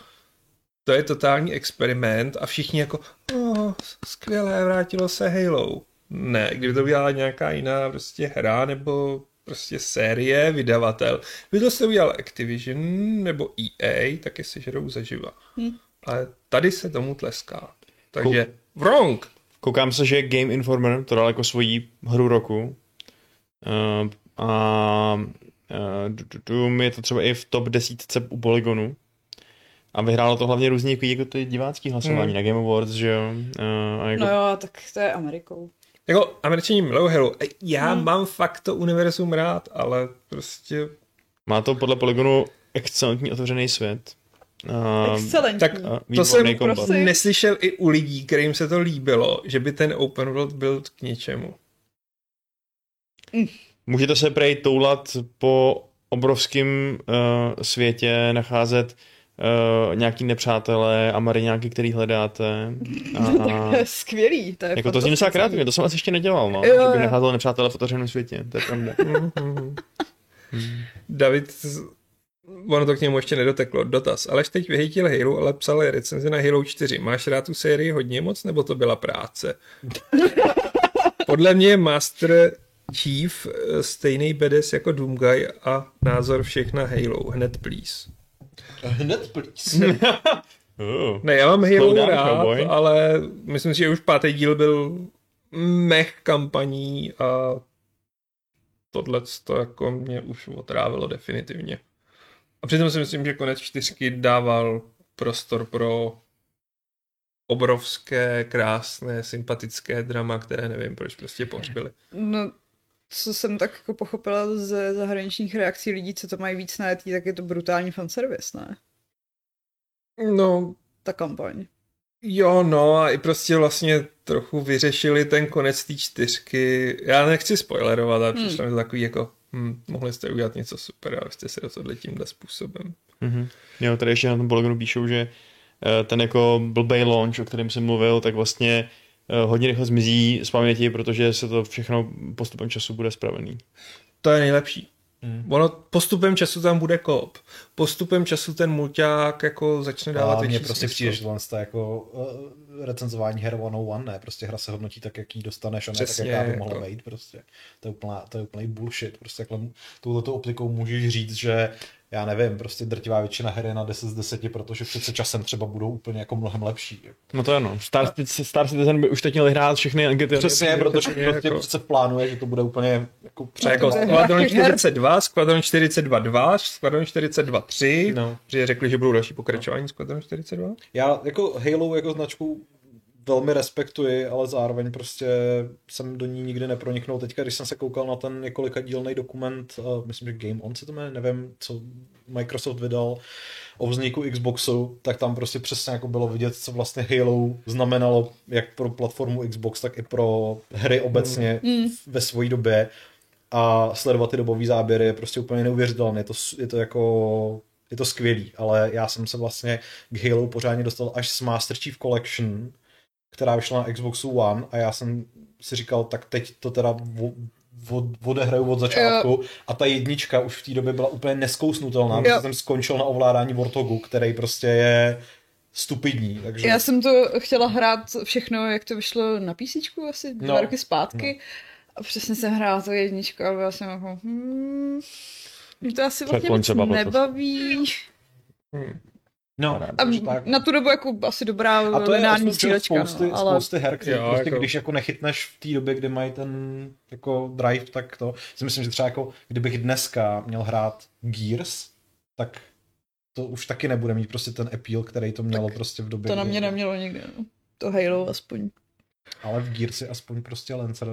To je totální experiment a všichni jako, oh, skvělé, vrátilo se Halo. Ne, kdyby to udělala nějaká jiná prostě hra nebo prostě série, vydavatel. By to se udělal Activision nebo EA, tak je sežerou zaživa. Hmm. Ale tady se tomu tleská. Takže wrong! Koukám se, že Game Informer to dal jako svoji hru roku. Uh, a eh, du- du- du, je to třeba i v top desítce u Polygonu. A vyhrálo to hlavně různě jako, jako ty divácký hlasování Hmm. na Game Awards, že jo. Eh, a jako, No jo, tak to je Amerikou. Jako američaní milují Halo. E, Já hmm. mám fakt to univerzum rád, ale prostě Má to podle Polygonu excelentní otevřený svět. Uh, Excelentní. prostě- tak výborný to jsem prostě kombat. Prosím. neslyšel i u lidí, kterým se to líbilo, že by ten open world byl k něčemu. Můžete se prej toulat po obrovském uh, světě, nacházet uh, nějaký nepřátelé a mariňáky, který hledáte. A, a, To je skvělý, to je uh, jako to zní docela fantastický. kreativně, to jsem asi ještě nedělal, no. Jo, že by jo. nacházel nepřátelé v otevřeném světě, to je pravda. Mhm. David, z- ono to k němu ještě nedoteklo, dotaz. Aleš teď vyhejtil Halo, ale psal recenzi na Halo 4. Máš rád tu sérii hodně moc, nebo to byla práce? Podle mě Master Chief eh, stejný bedes jako Doomguy a názor všech na Halo. Hned please. Hned please. Uh, Ne, já mám Halo Slow down, rád, cowboy. ale myslím si, že už pátý díl byl mech kampaní a tohle to jako mě už otrávilo definitivně. A přitom si myslím, že konec čtyřky dával prostor pro obrovské, krásné, sympatické drama, které nevím, proč prostě pohřbili. No, co jsem tak jako pochopila ze zahraničních reakcí lidí, co to mají víc najetý, tak je to brutální fanservice, ne? No, Ta kampaň. Jo, no a i prostě vlastně trochu vyřešili ten konec té čtyřky. Já nechci spoilerovat, ale Hmm. přišlo mi to takový jako, hm, mohli jste udělat něco super a vy jste se rozhodli tímhle způsobem. mhm. Jo, tady ještě na tom blogu píšou, že eh, ten jako blbej launch, o kterém jsem mluvil, tak vlastně eh, hodně rychle zmizí z paměti, protože se to všechno postupem času bude spravený. To je nejlepší. Hmm. Ono postupem času tam bude koop. Postupem času ten mulťák jako začne dávat A mně větší prostě smysl. přijde, že tohle je jako uh, recenzování her 101, ne, prostě hra se hodnotí tak, jak ji dostaneš a ne Přesně, tak, jaká by jako. mohla být, prostě. To je, úplná, to je úplný bullshit, prostě takhle touhletou optikou můžeš říct, že já nevím, prostě drtivá většina her je na 10 z 10, protože přece časem třeba budou úplně jako mnohem lepší. Jako. No to ano. Star, Star Citizen by už teď měl hrát všechny ankety. Přesně, protože jako- prostě přece plánuje, že to bude úplně jako Třeba jako To je Squadron hra těch her. 42, Squadron 42 2, Squadron 42 3, No. že řekli, že budou další pokračování Squadron 42. Já jako Halo jako značku velmi respektuji, ale zároveň prostě jsem do ní nikdy neproniknul. Teďka, když jsem se koukal na ten několika dílný dokument, eh, myslím, že Game On se to jmenuje, nevím, co Microsoft vydal o vzniku Xboxu, tak tam prostě přesně jako bylo vidět, co vlastně Halo znamenalo jak pro platformu Xbox, tak i pro hry obecně Mm. ve své době a sledovat ty dobové záběry je prostě úplně neuvěřitelné. Je to, s- je to jako je to skvělý, ale já jsem se vlastně k Halo pořádně dostal až s Master Chief Collection, která vyšla na Xboxu One a já jsem si říkal, tak teď to teda vo- vo- odehraju od začátku a ta jednička už v té době byla úplně neskousnutelná, protože jsem skončil na ovládání Vortogu, který prostě je stupidní, takže... Já jsem to chtěla hrát všechno, jak to vyšlo na PC, asi dva No. roky zpátky. A přesně jsem hrála to jedničku a byla jsem jako, hmm, mě to asi vlastně moc konce bavlo to. nebaví. Hmm. No, A takže tak. na tu dobu jako asi dobrá A to je lineární osud že střílečka, spousty, no, ale spousty her, který Jo, prostě, jako- když jako nechytneš v té době, kdy mají ten jako drive, tak to si myslím, že třeba jako kdybych dneska měl hrát Gears, tak to už taky nebude mít prostě ten appeal, který to mělo prostě v době. to na kdy- mě nemělo nikdy. no. To Halo aspoň. Ale v Gears je aspoň prostě Lancer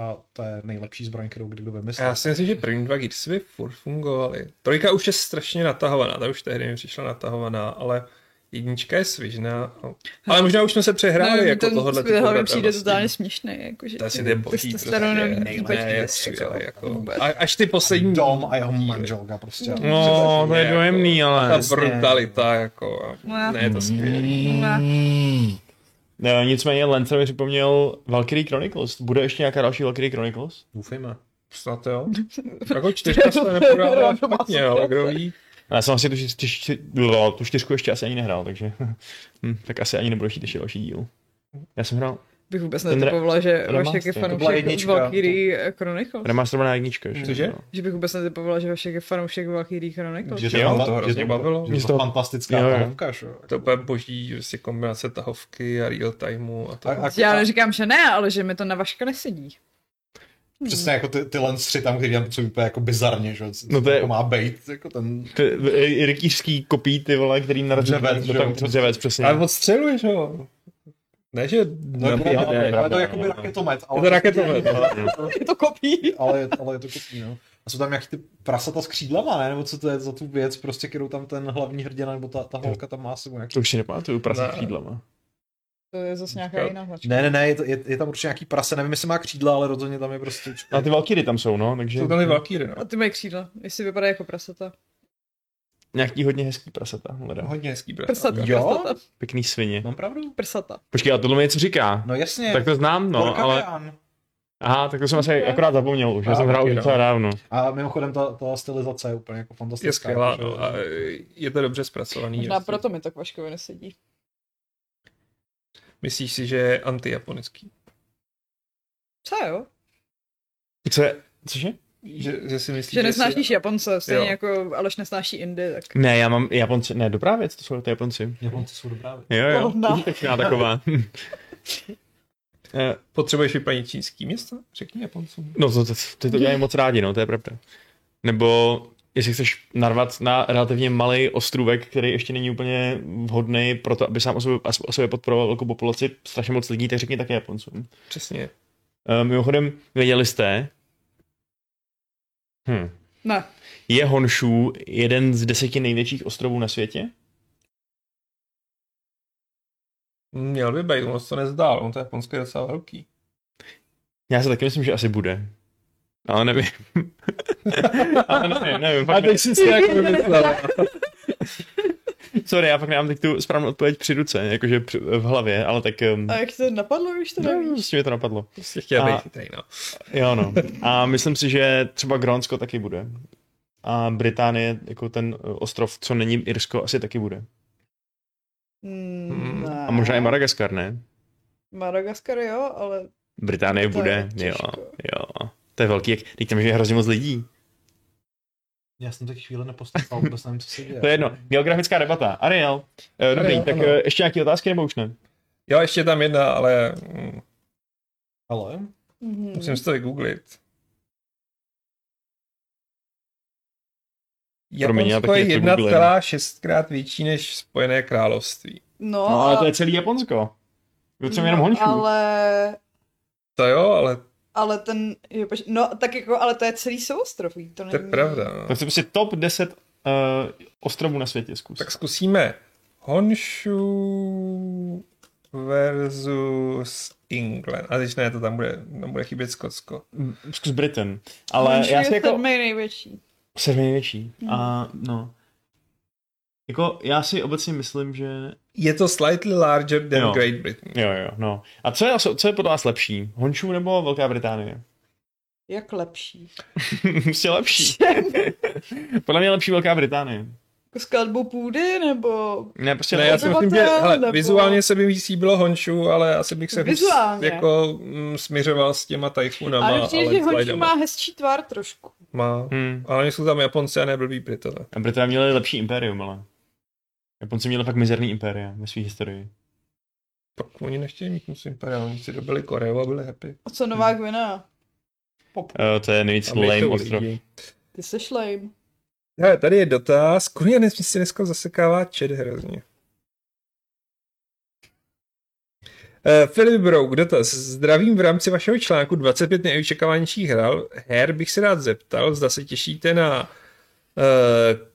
a to je nejlepší zbraň, kterou kdy kdo vymyslel. Já si myslím, že první dva Gearsy furt fungovaly. Trojka už je strašně natahovaná, ta už tehdy mi přišla natahovaná, ale jednička je svižná. no. Ale možná už jsme se přehráli Nevím, jako ten tohle Squid Game přijde totálně směšný. Jakože, to asi jde boží, prostě, testosteronový prostě, ne, je bačky, skvělé, jako. vůbec. A, až ty poslední Dom a jeho manželka prostě. No, to je Jako, dojemný, ale... Ta brutalita, jako. No. Ne, je to skvělé. Ne. Ne, nicméně Lancer mi připomněl Valkyrie Chronicles. Bude ještě nějaká další Valkyrie Chronicles? Doufejme. Snad jo. Jako čtyřka se nepodávala špatně, ale kdo ví. Já jsem asi tu, čty- čty- no, tu čtyřku ještě asi ani nehrál, takže hm, tak asi ani nebudu chtít ještě další díl. Já jsem hrál Bych vůbec Ten re- netypovala, že remaster, Vašek je to byla fanoušek jednička. Valkyrie Chronicles. remasterovaná jednička. Ještě. Cože? Že bych vůbec netypovala, že Vašek je fanoušek Valkyrie Chronicles. Že Jo, to, to hrozně že bavilo. Že to, Mě to- fantastická Jo, jo. tahovka, že jo. To je úplně boží, prostě kombinace tahovky a real timeu a to. A- a- Já neříkám, že ne, ale že mi to na Vaška nesedí. Přesně jako ty, ty lancři tam, který tam působí úplně jako bizarně, že jo, co- No to je- jako má bejt, jako ten... Ty, i- i rytířský kopí, ty vole, který narazí Dřevec, do že tam jo? dřevec, přesně. Ale odstřeluješ ho. Ne, že... No, napíháš, jako na- ne, ale to je ne, jakoby ne. raketomet. Je to raketomet, ale, Je to kopí. ale, ale je to kopí, no. A jsou tam nějaký ty prasata s křídlama, ne? Nebo co to je za tu věc, prostě, kterou tam ten hlavní hrdina nebo ta, ta holka tam má s sebou nějaký... To už si nepamatuju, prasat Ne. křídlama. To je zase nějaká Počkat. jiná značka. Ne, ne, ne, je, to, je, je, tam určitě nějaký prase, nevím, jestli má křídla, ale rozhodně tam je prostě... A ty valkyry tam jsou, no, takže Jsou tam ty valkýry, no. A ty mají křídla, jestli vypadá jako prasata. nějaký hodně hezký prasata, hledá. Hodně hezký brat. Prsatka, Jo? prasata, Pěkný svině. Mám pravdu? prsata. Počkej, a tohle mi něco říká. No jasně. Tak to znám, no, ale... Orkavian. Aha, tak to jsem asi akorát zapomněl už, já A, jsem hrál taky, už no. docela dávno. A mimochodem ta, ta stylizace je úplně jako fantastická. Je skvělá, jakože- no. A eh, je to dobře zpracovaný. Možná jasně. proto mi to kvaškově nesedí. Myslíš si, že je antijaponický? Co jo? Co je? Cože? Že, že si myslíš, Že nesnášíš si... Japonce, stejně Jo. jako Aleš nesnáší Indy, tak Ne, já mám Japonci, ne, dobrá věc, to jsou ty Japonci. Japonci jsou dobrá věc. Jo, jo, Pohodná. pěkná taková. Eh, Potřebuješ vyplnit čínský město? Řekni Japoncům. No to, to, ty to dělají moc rádi, no, to je pravda. Nebo jestli chceš narvat na relativně malý ostrůvek, který ještě není úplně vhodný pro to, aby sám o sobě, o sobě podporoval velkou populaci strašně moc lidí, tak řekni také Japoncům. Přesně. Eh, Mimochodem, věděli jste, hm. ne. je Honshu jeden z deseti největších ostrovů na světě? Měl by být, moc to nezdál, on to Japonsko je docela velký. Já si taky myslím, že asi bude. Ale nevím. Ale nevím, nevím. fakt nevím. si si jako vymyslel. Sorry, já fakt nemám teď tu správnou odpověď při ruce, jakože při, v hlavě, ale tak... Um, A jak to napadlo, už to nevíš. no, s tím mě to napadlo. Prostě chtěl A- být chytrý, no. Jo, no. A myslím si, že třeba Grónsko taky bude. A Británie, jako ten eh, ostrov, co není Irsko, asi taky bude. Hmm, ne. A možná i Madagaskar, ne? Madagaskar, jo, ale Británie To bude, je jo, těžko. jo. To je velký, jak, teď tam žije hrozně moc lidí. Já jsem teď chvíli nepostoupal, vůbec nevím, co se děje. To je jedno, geografická debata. Ariel, eh, dobrý, Ariel, tak ano. eh, ještě nějaké otázky nebo už ne? Jo, ještě tam jedna, ale mm, Ale? mhm. musím si to vygooglit. Promiň, já Japonsko taky jako je něco googlím. 1,6 krát větší než Spojené království. no, No, ale to je celý Japonsko. Byl jsem jenom Honshu. Ale, To jo, ale ale ten, jo, poč- no tak jako, ale to je celý souostrov, víš, to to je není. pravda. No. Tak jsem si top 10 uh, ostrovů na světě zkus. Tak zkusíme Honshu versus England. A když ne, to tam bude, tam bude chybět Skotsko. Zkus Britain. Ale Honshu já si je jako... sedmý největší. Sedmý největší. Mhm. A no. Jako já si obecně myslím, že... Je to slightly larger than Jo. Great Britain. Jo, jo, no. A co je, co je podle vás lepší? Hončů nebo Velká Británie? Jak lepší. Prostě lepší. podle mě lepší Velká Británie. Jako skladbu půdy, nebo Ne, prostě Ne, já si myslím, že Obyvatel, hele, nebo- vizuálně se by víc líbilo Honshu, ale asi bych se víc Vizuálně. jako mm, smiřoval s těma tajfunama. Ale přijde, že Hončí slidama. má hezčí tvar trošku. má. Hmm. Ale jsou tam Japonci a neblbí Britové. A Britové měli lepší impérium, ale... Japonci měli fakt mizerný impéria ve své historii. Pak oni nechtějí mít musím imperiál, oni si dobili Koreu a byli happy. A co Nová Gvina? Uh, to je nejvíc A my lame to ostrov. lidi. Ty jsi lame. Hele, tady je dotaz, kudy je nesmí si dneska zasekává čet hrozně. Eh, Filip Brouk, dotaz. Zdravím v rámci vašeho článku 25 nejočekávanějších hral. Her bych se rád zeptal, zda se těšíte na uh,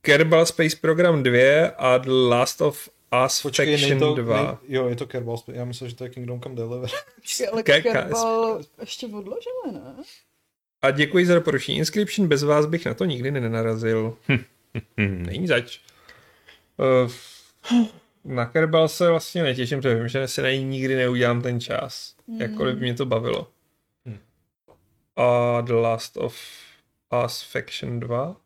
Kerbal Space Program 2 a The Last of Us nej Faction to, 2. nej- jo, je to Kerbal Space, já myslel, že to je Kingdom Come Deliver. Počkej, Ale KKS. Kerbal ještě odložené, ne? A děkuji za doporučení Inscription, bez vás bych na to nikdy nenarazil. Hm, Není zač. Eh, Na Kerbal se vlastně netěším, protože vím, že si na ní nikdy neudělám ten čas. Hmm. Jakkoliv mě to bavilo. A The Last of Us Faction 2?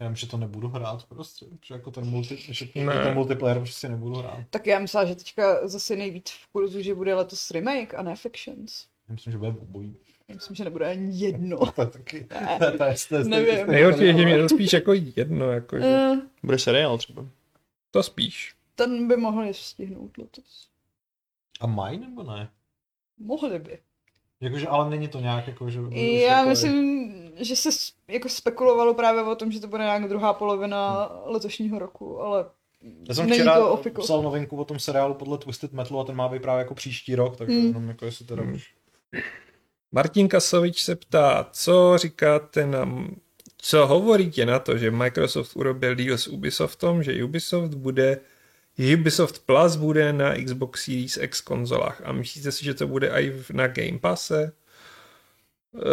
Já vím, že to nebudu hrát prostě, že jako ten, multi, že Ne. ten multiplayer prostě nebudu hrát. Tak já myslela, že teďka zase nejvíc v kurzu, že bude letos remake a ne Fictions. Já myslím, že bude obojí. Já myslím, že nebude ani jedno. To je taky, to Ne. je- to je- to je- to je- Nevím. Nejhorší je, že mě to spíš jako jedno, jako že Eh, Bude seriál třeba. to spíš. Ten by mohl je stihnout letos. A mají nebo ne? Mohli by. Jakože, ale není to nějak jako, že... že Já jako- myslím, že se s- jako spekulovalo právě o tom, že to bude nějak druhá polovina letošního roku, ale Já jsem není včera to ofiko. psal novinku o tom seriálu podle Twisted Metal a ten má být právě jako příští rok, tak Hmm. jenom jako jestli teda Hmm. už... Martin Kasovič se ptá, co říkáte na... Co hovoríte na to, že Microsoft urobil deal s Ubisoftem, že Ubisoft bude že Ubisoft Plus bude na Xbox Series X konzolách a myslíte si, že to bude i na Game Passe?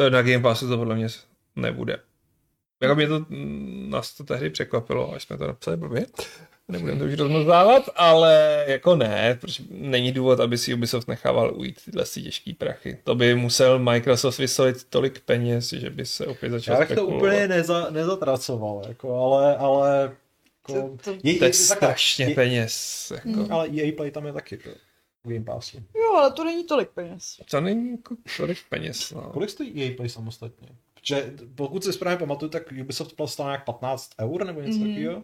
Eh, Na Game Passu to podle mě nebude. Jako mě to, nás to tehdy překvapilo, až jsme to napsali blbě. Nebudeme to už rozmazdávat, ale jako ne, protože není důvod, aby si Ubisoft nechával ujít tyhle si těžký prachy. To by musel Microsoft vysolit tolik peněz, že by se opět začal Já bych to spekulovat. úplně neza, nezatracoval, jako, ale, ale jako, To- to- je, To je takhle, strašně je, peněz. Jako. ale EA Play tam je taky, že? v Game Passu. Jo, ale to není tolik peněz. To není jako tolik peněz. No. Kolik stojí EA Play samostatně? Protože pokud si správně pamatuju, tak Ubisoft Plus stál nějak 15 eur nebo něco Mhm. takového.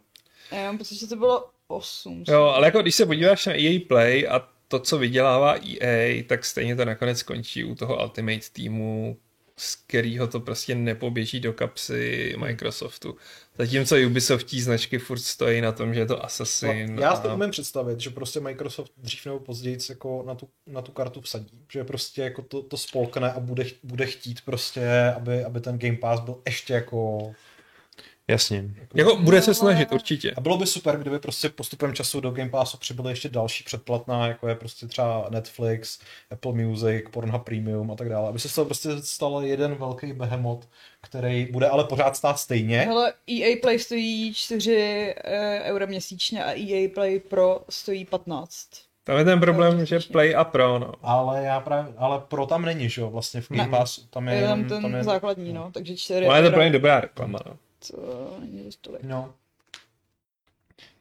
Já mám pocit, že to bylo 8. Jo, ale jako když se podíváš na EA Play a to, co vydělává EA, tak stejně to nakonec skončí u toho Ultimate týmu, z kterého to prostě nepoběží do kapsy Microsoftu. Zatímco Ubisoftí značky furt stojí na tom, že je to Assassin. Já si a... to umím představit, že prostě Microsoft dřív nebo později se jako na tu, na tu kartu vsadí. Že prostě jako to, to spolkne a bude, bude chtít prostě, aby, aby ten Game Pass byl ještě jako... Jasně. Jako bude se snažit, určitě. A bylo by super, kdyby prostě postupem času do Game Passu přibyly ještě další předplatná, jako je prostě třeba Netflix, Apple Music, Pornhub Premium a tak dále. Aby se z toho prostě stal jeden velký behemoth, který bude ale pořád stát stejně. Hele, EA Play stojí 4 eh, eura měsíčně a EA Play Pro stojí 15. Tam je ten problém, že Play a Pro, no. Ale já právě, ale pro tam není, že jo, vlastně v Game Ne. Passu. Tam je, Je tam jenom, ten tam je, základní, no, takže 4 Ale je to pro eura, ně dobrá reklama, no. to není dost tolik. No,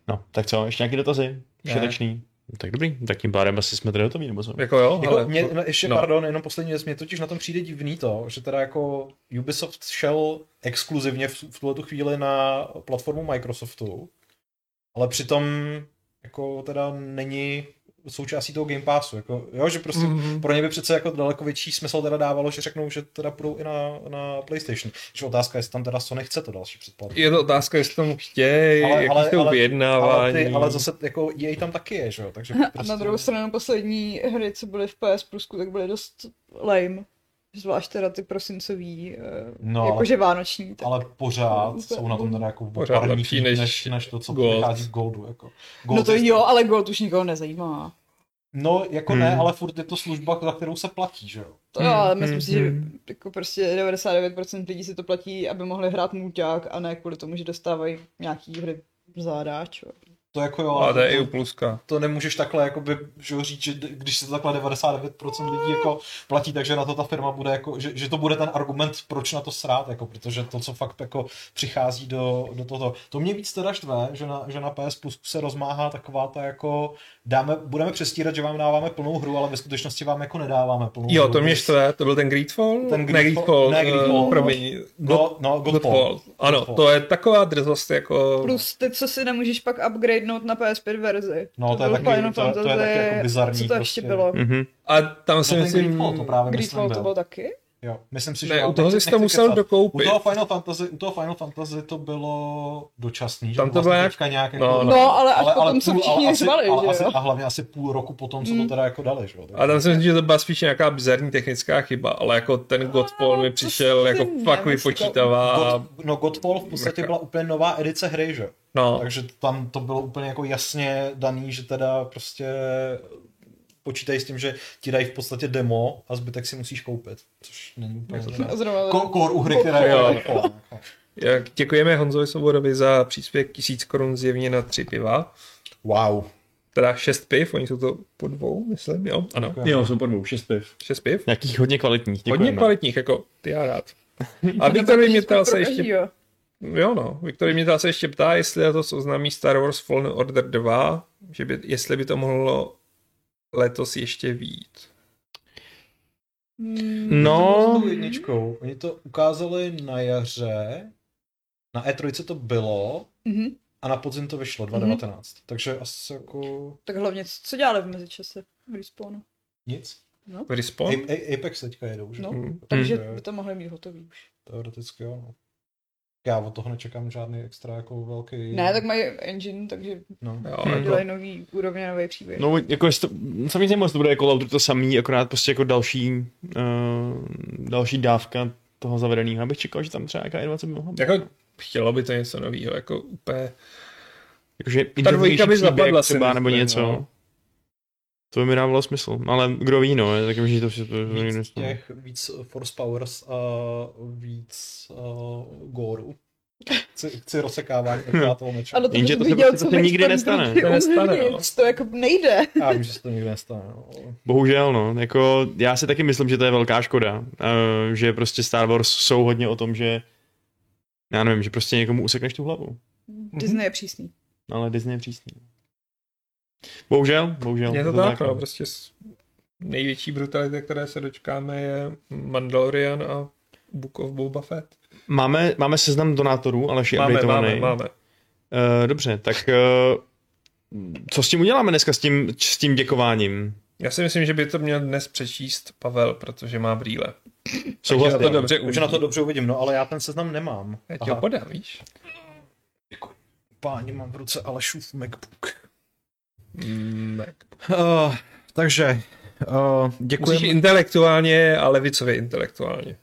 No, tak co, ještě nějaké dotazy? Ne. Všetečný. Tak dobrý, tak tím pádem asi jsme tady hotoví, nebo co? Jako jo, Jako ale... mě, no, ještě no. no. pardon, jenom poslední věc, mě totiž na tom přijde divný to, že teda jako Ubisoft šel exkluzivně v, v tuhle tu chvíli na platformu Microsoftu, ale přitom jako teda není součástí toho Game Passu, jako jo, že prostě Mhm. mm-hmm. pro ně by přece jako daleko větší smysl teda dávalo, že řeknou, že teda půjdou i na, na PlayStation. Že otázka je, jestli tam teda Sony chce to další předplatné. Je to otázka, jestli tomu chtějí, Ale- ale- jaký jsou ale- Ale, vyjednávání. ty, ale zase jako EA tam taky je, že jo, takže A prostě- na druhou stranu poslední hry, co byly v PS Plusku, tak byly dost lame. Zvlášť teda ty prosincový, No, no, jakože vánoční. Tak. ale pořád jsou na tom teda jako Pořád pořád lepší lepší než než, než, než to, co Gold. Gold. vychází v Goldu. Jako. Gold No to je- jo, ale Gold už nikoho nezajímá. No jako ne, Hmm. ale furt je to služba, za kterou se platí, že jo. To Hmm, jo, ale hmm, myslím si, že hmm. jako prostě 99% lidí si to platí, aby mohli hrát nuťák a ne kvůli tomu, že dostávají nějaký hry zádáč. To jako jo, Ale to je to, i u pluska. to nemůžeš takhle jakoby, že jo, říct, že d- když se to takhle 99% lidí jako platí, takže na to ta firma bude jako, že, že to bude ten argument, proč na to srát, jako, protože to, co fakt jako přichází do, do toho. To mě víc teda štve, že na, že na PS Plus se rozmáhá taková ta jako, dáme, budeme přestírat, že vám dáváme plnou hru, ale ve skutečnosti vám jako nedáváme plnou Jo, hru. to mě štve, to byl ten Greedfall? ne, Ten Greedfall, Greedfall- ne, Greedfall, eh, no. promiň, No, no, Godfall. Ano, Godfall. to je taková drzost jako... Plus ty, co si nemůžeš pak upgradenout na PS5 verzi. No, to je bylo takový- Final to je- to je Fantasy, taky jako bizarní Co to prostě. ještě Hmm, bylo? Mhm. A tam si No, ten myslím... Greedfall to právě Greedfall myslím to bylo taky? Jo, myslím si, že... Ne, jo, u toho nechci- jsi to nechci musel kecat. dokoupit. U toho, Final Fantasy, u toho Final Fantasy to bylo dočasný, že Tam to vlastně bylo jak- teďka nějak... no, jako, no. No, ale až potom, co všichni asi, řvali, ale že asi, jo? Mm. A hlavně asi půl roku potom, co to teda jako dali, že jo? A tam si myslím, že to byla spíš nějaká bizarní technická chyba, ale jako ten Godfall mi to přišel si jako fakt nemyslím. vypočítavá. a- God, no Godfall v podstatě byla úplně nová edice hry, že? No. Takže tam to bylo úplně jako jasně daný, že teda prostě počítají s tím, že ti dají v podstatě demo a zbytek si musíš koupit, což není úplně... A Zrovna Ko- Core u hry, která Jo. je jako- Godfall. Jak děkujeme Honzovi Svobodovi za příspěvek 1000 korun zjevně na tři piva. Wow. Teda šest piv, oni jsou to po dvou, myslím, jo? Ano, Jo, super, dvou, šest piv. šest piv. Nějakých hodně kvalitních, no. děkujeme. Hodně kvalitních, jako ty já rád. A Viktor mě ptal se ještě Jo. Jo no, Viktor mě se ještě ptá, jestli letos oznámí Star Wars Fallen Order 2, že by, jestli by to mohlo letos ještě vít. Hmm, No. No, S tou jedničkou. Oni to ukázali na jaře, na E3 to bylo Mhm. a na podzim to vyšlo 2019. Mm-hmm. Takže asi jako Tak hlavně, co co dělali v mezičase v Hmm. Respawnu? nic. V Respawn? A- A- Apex teďka jedou, že? No. Mm. Takže Hmm. by to mohli mít hotový už. Teoreticky jo. no. Já od toho nečekám žádný extra jako velký... Ne, tak mají engine, takže No. Jo, jako- ale to, dělají nový úrovně, nový příběh. No, jako jestli to, samozřejmě moc to bude jako Lauter to samý, akorát prostě jako další, uh, další dávka toho zavedeného. Já bych čekal, že tam třeba nějaká inovace by mohla být. jako chtělo by to něco nového, jako úplně... Jakože Ta dvojka by intenzivnější příběh zapadla, si třeba, nebo myslím, něco. no. To by mi dávalo smysl, ale kdo ví, no, je taky že to si to, to, to, Víc nestane. těch, víc force powers a víc uh, góru. Chci, chci rozsekávání toho meča. A do toho Jenže bys to se viděl, prostě- co to se Max nikdy Payne nestane. Brody To nestane, umí, no. To jako nejde. Já vím, že se to nikdy nestane. No. Bohužel, no, jako já si taky myslím, že to je velká škoda, eh, že prostě Star Wars jsou hodně o tom, že já nevím, že prostě někomu usekneš tu hlavu, Disney je přísný. ale Disney je přísný. Bohužel, bohužel. Je to byla tak, no, prostě s- největší brutalita, které se dočkáme, je Mandalorian a Book of Boba Fett. Máme, máme seznam donátorů, ale je Máme, máme, updateovaný. máme. Eh, dobře, tak eh, co s tím uděláme dneska s tím, s tím děkováním? Já si myslím, že by to měl dnes přečíst Pavel, protože má brýle. Souhlasím. na to dobře Už na to vlastně dobře uvidím, no ale já ten seznam nemám. Já ti ho podám, víš? Páni, mám v ruce Alešův MacBook. Ne. Uh, takže, uh, Musíš děkujeme. intelektuálně a levicově intelektuálně.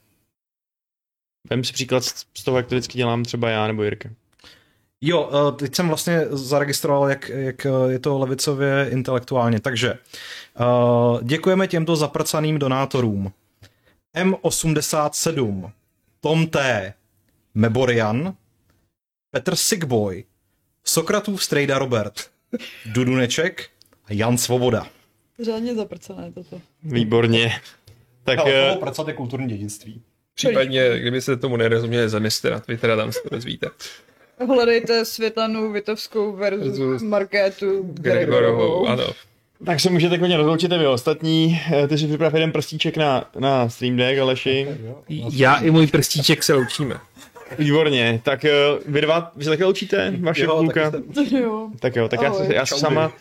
Vem si příklad z z toho, jak to vždycky dělám třeba já nebo Jirka. Jo, eh, teď jsem vlastně zaregistroval, jak, jak eh, je to levicově intelektuálně. Takže eh, děkujeme těmto zaprcaným donátorům. M87, Tom T, Meborian, Petr Sigboy, Sokratův strejda Robert, Duduneček a Jan Svoboda. Řádně zaprcené toto. Výborně. Tak eh, pracat je kulturní dědictví. Případně, kdyby se tomu nerozuměli, zaneste na Twitter a tam se to dozvíte. Hledejte Světlanu Vitovskou versus Versus Markétu Gregorovou, Gregorovou. ano. Tak se můžete klidně rozloučit i vy ostatní. Eh, Ty si připrav jeden prstíček na, na Stream Deck, Aleši. Já i můj prstíček se loučíme. Výborně. Tak eh, vy dva, vy se také loučíte, vaše Jo, taky půlka? jsem- Jo. Tak jo, tak já Ahoj. se, já se Čau, sama,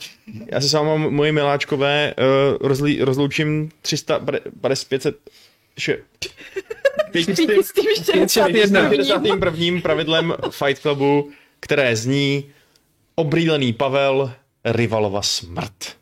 já se sama, moje miláčkové, uh, rozlí, rozloučím 300, 500, še, S tím ještě 51. prvním pravidlem Fight Clubu, které zní obrýlený Pavel, rivalova smrt.